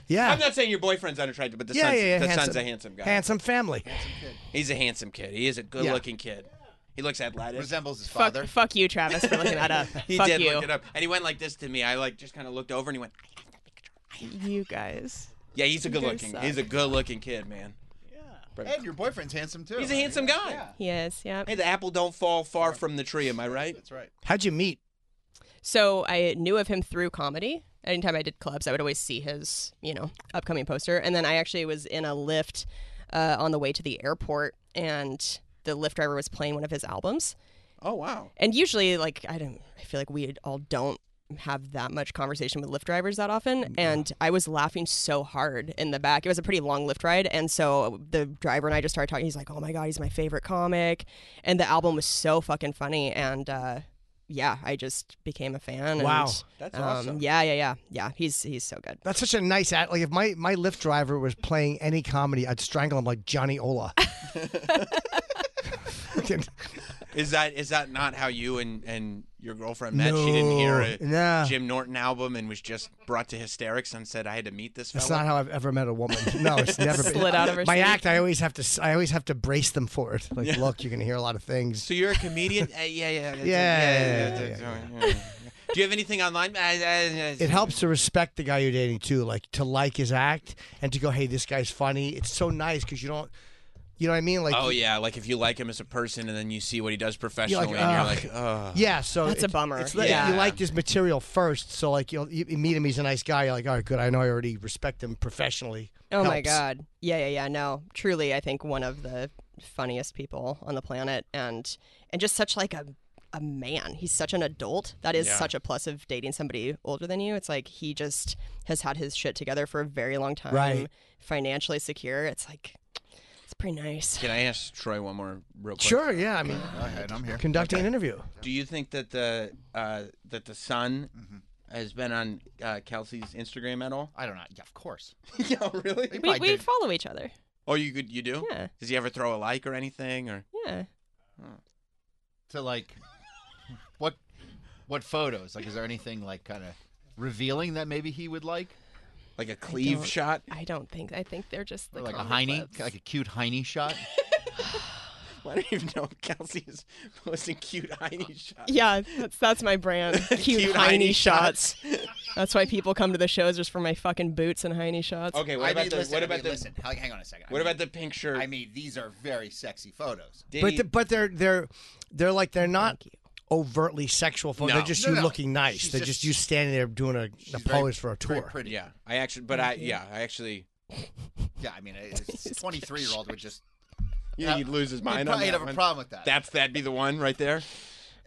[SPEAKER 2] Yeah.
[SPEAKER 4] I'm not saying your boyfriend's unattractive, but the
[SPEAKER 2] yeah,
[SPEAKER 4] sun's,
[SPEAKER 2] yeah, yeah.
[SPEAKER 4] the
[SPEAKER 2] handsome.
[SPEAKER 4] sun's a handsome guy.
[SPEAKER 2] Handsome family.
[SPEAKER 4] He's a handsome kid. He is a good-looking kid. He looks athletic.
[SPEAKER 7] Resembles his
[SPEAKER 3] Fuck,
[SPEAKER 7] father.
[SPEAKER 3] fuck you, Travis, for looking that up.
[SPEAKER 4] He
[SPEAKER 3] fuck
[SPEAKER 4] did
[SPEAKER 3] you,
[SPEAKER 4] look it up, and he went like this to me. I like just kind of looked over, and he went,
[SPEAKER 3] you guys.
[SPEAKER 4] "Yeah, he's a
[SPEAKER 3] guys
[SPEAKER 4] good-looking.
[SPEAKER 3] suck.
[SPEAKER 4] He's a good-looking kid, man.
[SPEAKER 7] And your boyfriend's handsome too.
[SPEAKER 4] He's a handsome guy.
[SPEAKER 3] Yes, yeah.
[SPEAKER 4] Hey, the apple don't fall far from the tree. Am I right?
[SPEAKER 7] That's right.
[SPEAKER 2] How'd you meet?
[SPEAKER 3] So I knew of him through comedy. Anytime I did clubs, I would always see his, you know, upcoming poster. And then I actually was in a lift uh, on the way to the airport, and the lift driver was playing one of his albums.
[SPEAKER 4] Oh wow.
[SPEAKER 3] And usually, like, I don't, I feel like we all don't have that much conversation with lift drivers that often. And I was laughing so hard in the back. It was a pretty long lift ride. And so the driver and I just started talking. He's like, oh my God, he's my favorite comic. And the album was so fucking funny. And, uh, yeah, I just became a fan.
[SPEAKER 2] Wow.
[SPEAKER 3] and,
[SPEAKER 4] That's
[SPEAKER 3] um,
[SPEAKER 4] awesome.
[SPEAKER 3] Yeah, yeah, yeah, yeah. He's he's so good.
[SPEAKER 2] That's such a nice act. Like if my my Lyft driver was playing any comedy, I'd strangle him like Johnny Ola. Freaking-
[SPEAKER 4] Is that is that not how you and and your girlfriend met? she didn't hear a
[SPEAKER 2] No.
[SPEAKER 4] Jim Norton album and was just brought to hysterics and said, "I had to meet this
[SPEAKER 2] That's
[SPEAKER 4] fella."
[SPEAKER 2] not how I've ever met a woman. No, it's never been.
[SPEAKER 3] Slid out of her
[SPEAKER 2] my
[SPEAKER 3] seat.
[SPEAKER 2] act, I always have to. s- I always have to brace them for it. Like, look, you're gonna hear a lot of things.
[SPEAKER 4] so you're a comedian? uh, yeah, yeah, that's-
[SPEAKER 2] Yeah, yeah,
[SPEAKER 4] that's-
[SPEAKER 2] yeah,
[SPEAKER 4] yeah, yeah. Do you have anything online? Uh, uh, uh,
[SPEAKER 2] It helps to respect the guy you're dating too, like to like his act and to go, hey, this guy's funny. It's so nice because you don't. You know what I mean? Like,
[SPEAKER 4] Oh yeah, like if you like him as a person and then you see what he does professionally,
[SPEAKER 2] like,
[SPEAKER 4] and you're
[SPEAKER 2] "Ugh."
[SPEAKER 4] like, oh,
[SPEAKER 2] yeah. So
[SPEAKER 3] That's a
[SPEAKER 2] it's-
[SPEAKER 3] bummer.
[SPEAKER 2] It's like
[SPEAKER 4] Yeah.
[SPEAKER 2] you liked his material first, so like you'll, you you meet him, he's a nice guy. You're like, all right, good. I know I already respect him professionally.
[SPEAKER 3] Oh my
[SPEAKER 2] Helps.
[SPEAKER 3] god. Yeah, yeah, yeah. No, truly, I think one of the funniest people on the planet, and and just such like a a man. He's such an adult. That is such a plus of dating somebody older than you. It's like he just has had his shit together for a very long time.
[SPEAKER 2] Right.
[SPEAKER 3] Financially secure. It's like it's pretty nice.
[SPEAKER 4] Can I ask Troy one more real quick?
[SPEAKER 2] Sure. Yeah. I mean,
[SPEAKER 7] Go ahead, I'm here.
[SPEAKER 2] conducting an interview.
[SPEAKER 4] Do you think that the uh, that the son has been on uh, Kelsey's Instagram at all?
[SPEAKER 7] I don't know. Yeah, of course.
[SPEAKER 4] yeah, really?
[SPEAKER 7] He
[SPEAKER 3] We,
[SPEAKER 7] probably
[SPEAKER 3] we
[SPEAKER 7] did.
[SPEAKER 3] follow each other.
[SPEAKER 4] Oh, you could you do?
[SPEAKER 3] Yeah.
[SPEAKER 4] Does he ever throw a like or anything or?
[SPEAKER 3] Yeah.
[SPEAKER 7] to like what what photos? Like, is there anything like kind of revealing that maybe he would like?
[SPEAKER 4] Like a cleave
[SPEAKER 3] don't-
[SPEAKER 4] shot?
[SPEAKER 3] I don't think. I think they're just
[SPEAKER 7] Or
[SPEAKER 3] the
[SPEAKER 7] like a
[SPEAKER 3] comic
[SPEAKER 7] heiny,
[SPEAKER 3] clips.
[SPEAKER 7] like a cute heiny shot.
[SPEAKER 4] I don't even know if Kelsey is posting cute heiny shots.
[SPEAKER 3] Yeah, that's, that's my brand. Cute,
[SPEAKER 4] Cute
[SPEAKER 3] heiny
[SPEAKER 4] heiny
[SPEAKER 3] shots. that's why people come to the shows just for my fucking boots and heiny shots.
[SPEAKER 4] Okay, what
[SPEAKER 8] I
[SPEAKER 4] about
[SPEAKER 8] mean,
[SPEAKER 4] the
[SPEAKER 8] listen,
[SPEAKER 4] what
[SPEAKER 8] I
[SPEAKER 4] about
[SPEAKER 8] mean,
[SPEAKER 4] the
[SPEAKER 8] listen? Hang, hang on a second.
[SPEAKER 4] what
[SPEAKER 8] I mean,
[SPEAKER 4] about the pink shirt?
[SPEAKER 8] I mean, these are very sexy photos.
[SPEAKER 4] Did
[SPEAKER 2] But
[SPEAKER 4] he-
[SPEAKER 2] the, but they're they're they're like they're not overtly sexual. photos. They're
[SPEAKER 4] No.
[SPEAKER 2] just
[SPEAKER 7] No,
[SPEAKER 2] you
[SPEAKER 7] no.
[SPEAKER 2] looking nice.
[SPEAKER 7] She's
[SPEAKER 2] they're
[SPEAKER 7] just-
[SPEAKER 2] just, you standing there doing a, a
[SPEAKER 8] She's very-
[SPEAKER 2] pose for a
[SPEAKER 8] very
[SPEAKER 2] tour.
[SPEAKER 8] pretty.
[SPEAKER 4] yeah, I actually, but I yeah, I actually.
[SPEAKER 8] Yeah, I mean, a twenty-three year old would just
[SPEAKER 4] You
[SPEAKER 8] Yeah.
[SPEAKER 4] think he'd lose his
[SPEAKER 8] I'd
[SPEAKER 4] mind on
[SPEAKER 8] probably
[SPEAKER 4] that
[SPEAKER 8] have
[SPEAKER 4] one?
[SPEAKER 8] a problem with that.
[SPEAKER 4] That's that'd be the one right there.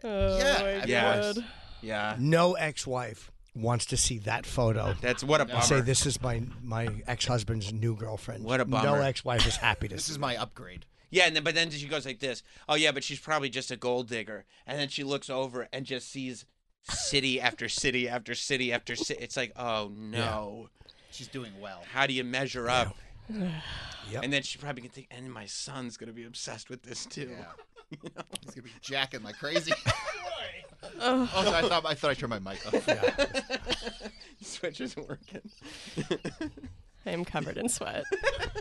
[SPEAKER 3] Oh
[SPEAKER 8] Yeah,
[SPEAKER 3] my
[SPEAKER 4] yeah.
[SPEAKER 3] god.
[SPEAKER 4] Yeah,
[SPEAKER 2] No ex-wife wants to see that photo.
[SPEAKER 4] that's what a bummer.
[SPEAKER 2] Say this is my my ex-husband's new girlfriend.
[SPEAKER 4] What a
[SPEAKER 2] No
[SPEAKER 4] bummer.
[SPEAKER 2] ex-wife is happy to
[SPEAKER 8] this
[SPEAKER 2] see.
[SPEAKER 8] is my upgrade.
[SPEAKER 4] Yeah, and then but then she goes like this. Oh yeah, but she's probably just a gold digger. And then she looks over and just sees city after city after city after city. It's like, oh no,
[SPEAKER 8] She's doing well.
[SPEAKER 4] how do you measure up?
[SPEAKER 2] Yep.
[SPEAKER 4] And then she probably can think, and my son's gonna be obsessed with this too.
[SPEAKER 8] He's gonna be jacking like crazy. Also, I thought I thought I turned my mic off.
[SPEAKER 4] Switch isn't working.
[SPEAKER 3] I'm covered in sweat.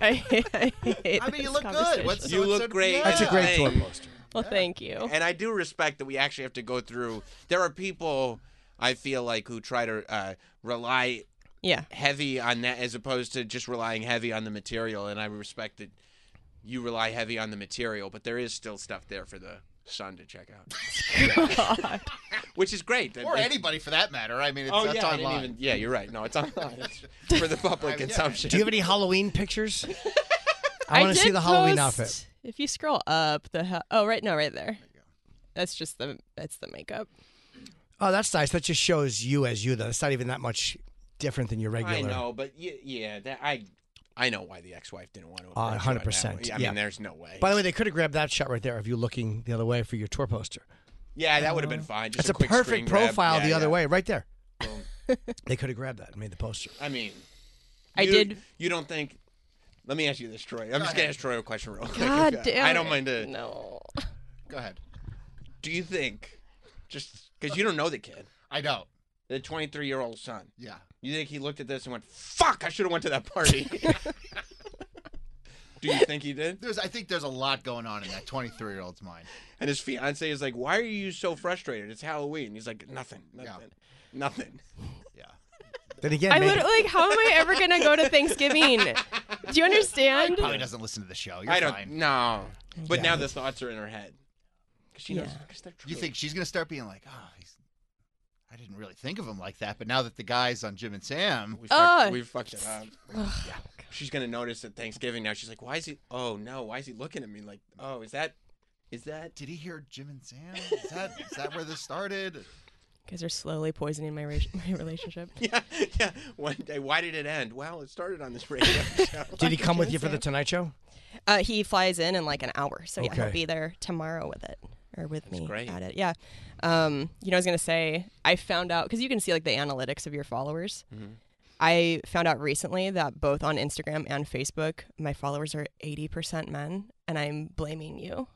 [SPEAKER 3] I, I, hate
[SPEAKER 8] I mean, you
[SPEAKER 3] this
[SPEAKER 8] look good.
[SPEAKER 3] conversation.
[SPEAKER 8] What's
[SPEAKER 4] You
[SPEAKER 8] what's
[SPEAKER 4] look
[SPEAKER 8] a-
[SPEAKER 4] great.
[SPEAKER 8] yeah.
[SPEAKER 2] That's a great tour
[SPEAKER 4] Dang.
[SPEAKER 2] poster.
[SPEAKER 3] well, thank you.
[SPEAKER 4] And I do respect that we actually have to go through. There are people I feel like who try to uh, rely
[SPEAKER 3] Yeah.
[SPEAKER 4] heavy on that as opposed to just relying heavy on the material and i respect that you rely heavy on the material but there is still stuff there for the son to check out which is great
[SPEAKER 8] Or anybody for that matter. I mean, it's,
[SPEAKER 4] oh
[SPEAKER 8] that's
[SPEAKER 4] yeah I didn't
[SPEAKER 8] online.
[SPEAKER 4] even- yeah you're right no it's online It's for the public consumption
[SPEAKER 2] Do you have any Halloween pictures?
[SPEAKER 3] I
[SPEAKER 2] I want to see
[SPEAKER 3] did
[SPEAKER 2] the Halloween
[SPEAKER 3] post-
[SPEAKER 2] outfit.
[SPEAKER 3] If you scroll up, the ha- oh right no right there. That's just the that's the makeup.
[SPEAKER 2] Oh, that's nice. That just shows you as you. Though that's not even that much different than your regular.
[SPEAKER 4] i know but yeah, yeah that i i know why the ex-wife didn't want to
[SPEAKER 2] Uh,
[SPEAKER 4] approach you on that
[SPEAKER 2] 100%,
[SPEAKER 4] one. yeah, i
[SPEAKER 2] yeah.
[SPEAKER 4] mean there's no way
[SPEAKER 2] By the way, they could have grabbed that shot right there of you looking the other way for your tour poster.
[SPEAKER 4] yeah that would have been fine just
[SPEAKER 2] uh, That's a,
[SPEAKER 4] quick screen
[SPEAKER 2] perfect
[SPEAKER 4] grab.
[SPEAKER 2] profile
[SPEAKER 4] Yeah,
[SPEAKER 2] the other
[SPEAKER 4] yeah.
[SPEAKER 2] way, right there. they could have grabbed that and made the poster.
[SPEAKER 4] i mean
[SPEAKER 3] I
[SPEAKER 4] you-
[SPEAKER 3] did.
[SPEAKER 4] you don't think let me ask you this, Troy. I'm just gonna ask Troy a question real quick.
[SPEAKER 3] God damn.
[SPEAKER 4] I don't
[SPEAKER 3] it.
[SPEAKER 4] mind to
[SPEAKER 3] No.
[SPEAKER 8] Go ahead.
[SPEAKER 4] do you think just because you don't know the kid
[SPEAKER 8] I don't.
[SPEAKER 4] the 23 year old son
[SPEAKER 8] Yeah.
[SPEAKER 4] you think he looked at this and went fuck i should have went to that party do you think he did
[SPEAKER 8] There's. I think there's a lot going on in that 23 year old's mind.
[SPEAKER 4] and his fiance is like why are you so frustrated it's halloween he's like nothing nothing nothing
[SPEAKER 2] Then again,
[SPEAKER 3] I
[SPEAKER 2] maybe-
[SPEAKER 3] literally like how am I ever gonna go to Thanksgiving? Do you understand?
[SPEAKER 8] Probably doesn't listen to the show. You're
[SPEAKER 4] i don't
[SPEAKER 8] fine.
[SPEAKER 4] no but now the thoughts are in her head because she knows
[SPEAKER 3] Yeah.
[SPEAKER 4] 'cause they're true.
[SPEAKER 8] You think she's gonna start being like, oh, he's, I didn't really think of him like that, but now that the guys on Jim and Sam,
[SPEAKER 4] we fucked,
[SPEAKER 3] Oh.
[SPEAKER 4] we fucked it up Yeah. she's gonna notice at thanksgiving now she's like why is he oh no why is he looking at me like oh is that is that
[SPEAKER 8] did he hear Jim and Sam? Is that is that where this started?
[SPEAKER 3] Because they're slowly poisoning my, re- my relationship.
[SPEAKER 4] yeah, yeah. One day, why did it end? Well, it started on this radio show.
[SPEAKER 2] did he come with you for the Tonight Show?
[SPEAKER 3] Uh, he flies in in like an hour, so yeah,
[SPEAKER 2] Okay.
[SPEAKER 3] he'll be there tomorrow with it or with me
[SPEAKER 4] great.
[SPEAKER 3] at it. Yeah. Um, you know, I was gonna say I found out because you can see like the analytics of your followers.
[SPEAKER 4] Mm-hmm.
[SPEAKER 3] I found out recently that both on Instagram and Facebook, my followers are eighty percent men, and I'm blaming you.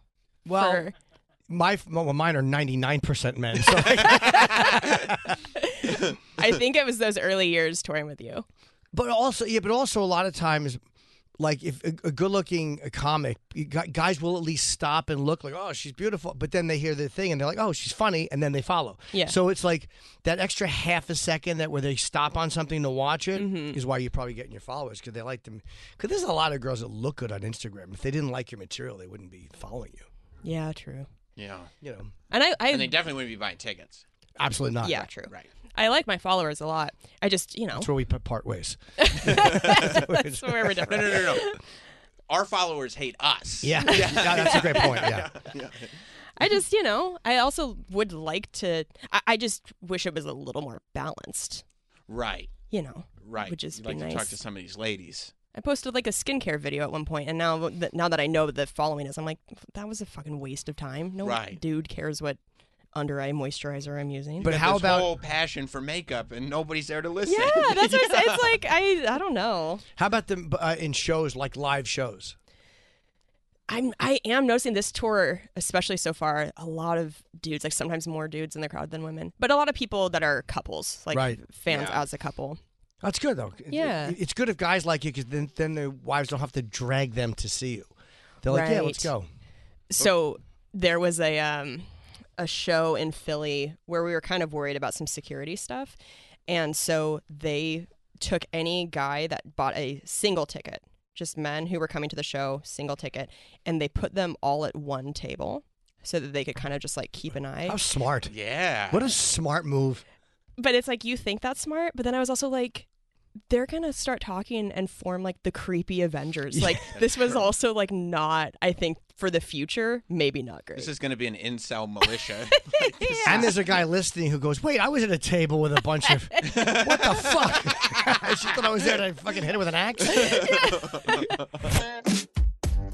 [SPEAKER 2] Well,
[SPEAKER 3] for-
[SPEAKER 2] my well, mine are ninety nine percent men. So
[SPEAKER 3] I think it was those early years touring with you.
[SPEAKER 2] But also, yeah, but also a lot of times like if a, a good-looking comic, you gu- guys will at least stop and look like, oh, she's beautiful. But then they hear the thing and they're like, oh, she's funny, and then they follow.
[SPEAKER 3] Yeah.
[SPEAKER 2] So it's like that extra half a second that where they stop on something to watch it is
[SPEAKER 3] Mm-hmm.
[SPEAKER 2] why you're probably getting your followers because they like them. Because there's a lot of girls that look good on Instagram. If they didn't like your material, they wouldn't be following you.
[SPEAKER 3] Yeah, true.
[SPEAKER 4] Yeah.
[SPEAKER 2] You know,
[SPEAKER 3] And I, I
[SPEAKER 4] And they definitely wouldn't be buying tickets.
[SPEAKER 2] absolutely not.
[SPEAKER 3] yeah, true. Right. I like my followers a lot. I just, you know,
[SPEAKER 2] That's where we put part ways.
[SPEAKER 3] that's where we're different.
[SPEAKER 4] No, no, no, no. Our followers hate us.
[SPEAKER 2] Yeah. yeah. That's a great point. Yeah.
[SPEAKER 3] I just, you know, I also would like to. I, I just wish it was a little more balanced.
[SPEAKER 4] Right.
[SPEAKER 3] You know,
[SPEAKER 4] Right.
[SPEAKER 3] Would just
[SPEAKER 4] You'd
[SPEAKER 3] be
[SPEAKER 4] like
[SPEAKER 3] nice.
[SPEAKER 4] to talk to some of these ladies.
[SPEAKER 3] I posted like a skincare video at one point, and now that now that I know the following is, I'm like, that was a fucking waste of time. No
[SPEAKER 4] Right.
[SPEAKER 3] dude cares what under eye moisturizer I'm using.
[SPEAKER 2] But how
[SPEAKER 4] this
[SPEAKER 2] about
[SPEAKER 4] whole passion for makeup and nobody's there to listen?
[SPEAKER 3] yeah, that's what I'm saying. it's like. I I don't know.
[SPEAKER 2] How about them uh, in shows like live shows?
[SPEAKER 3] I'm I am noticing this tour, especially so far, a lot of dudes, like sometimes more dudes in the crowd than women, but a lot of people that are couples, like
[SPEAKER 2] Right.
[SPEAKER 3] fans
[SPEAKER 4] Yeah.
[SPEAKER 3] as a couple.
[SPEAKER 2] That's good though. It-
[SPEAKER 3] Yeah.
[SPEAKER 2] it- it's good if guys like you because then then their wives don't have to drag them to see you. They're like, yeah, let's
[SPEAKER 3] Right.
[SPEAKER 2] go.
[SPEAKER 3] So there was a um a show in Philly where we were kind of worried about some security stuff, and so they took any guy that bought a single ticket, just men who were coming to the show, single ticket, and they put them all at one table so that they could kind of just like keep an eye.
[SPEAKER 2] How smart!
[SPEAKER 4] Yeah.
[SPEAKER 2] What a smart move.
[SPEAKER 3] but it's like you think that's smart but then i was also like they're gonna start talking and form like the creepy avengers like this was also like not i think for the future maybe not great
[SPEAKER 4] This is going to be an incel militia.
[SPEAKER 2] And there's a guy listening who goes, "Wait, I was at a table with a bunch of what the fuck? she thought I was there to fucking hit her with an axe."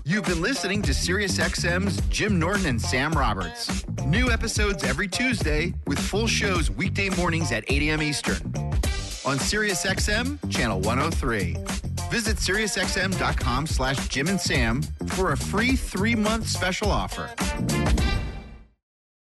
[SPEAKER 8] You've been listening to SiriusXM's Jim Norton and Sam Roberts. New episodes every Tuesday with full shows weekday mornings at 8 a.m. Eastern on SiriusXM channel 103. Visit SiriusXM.com slash Jim and Sam for a free three-month special offer.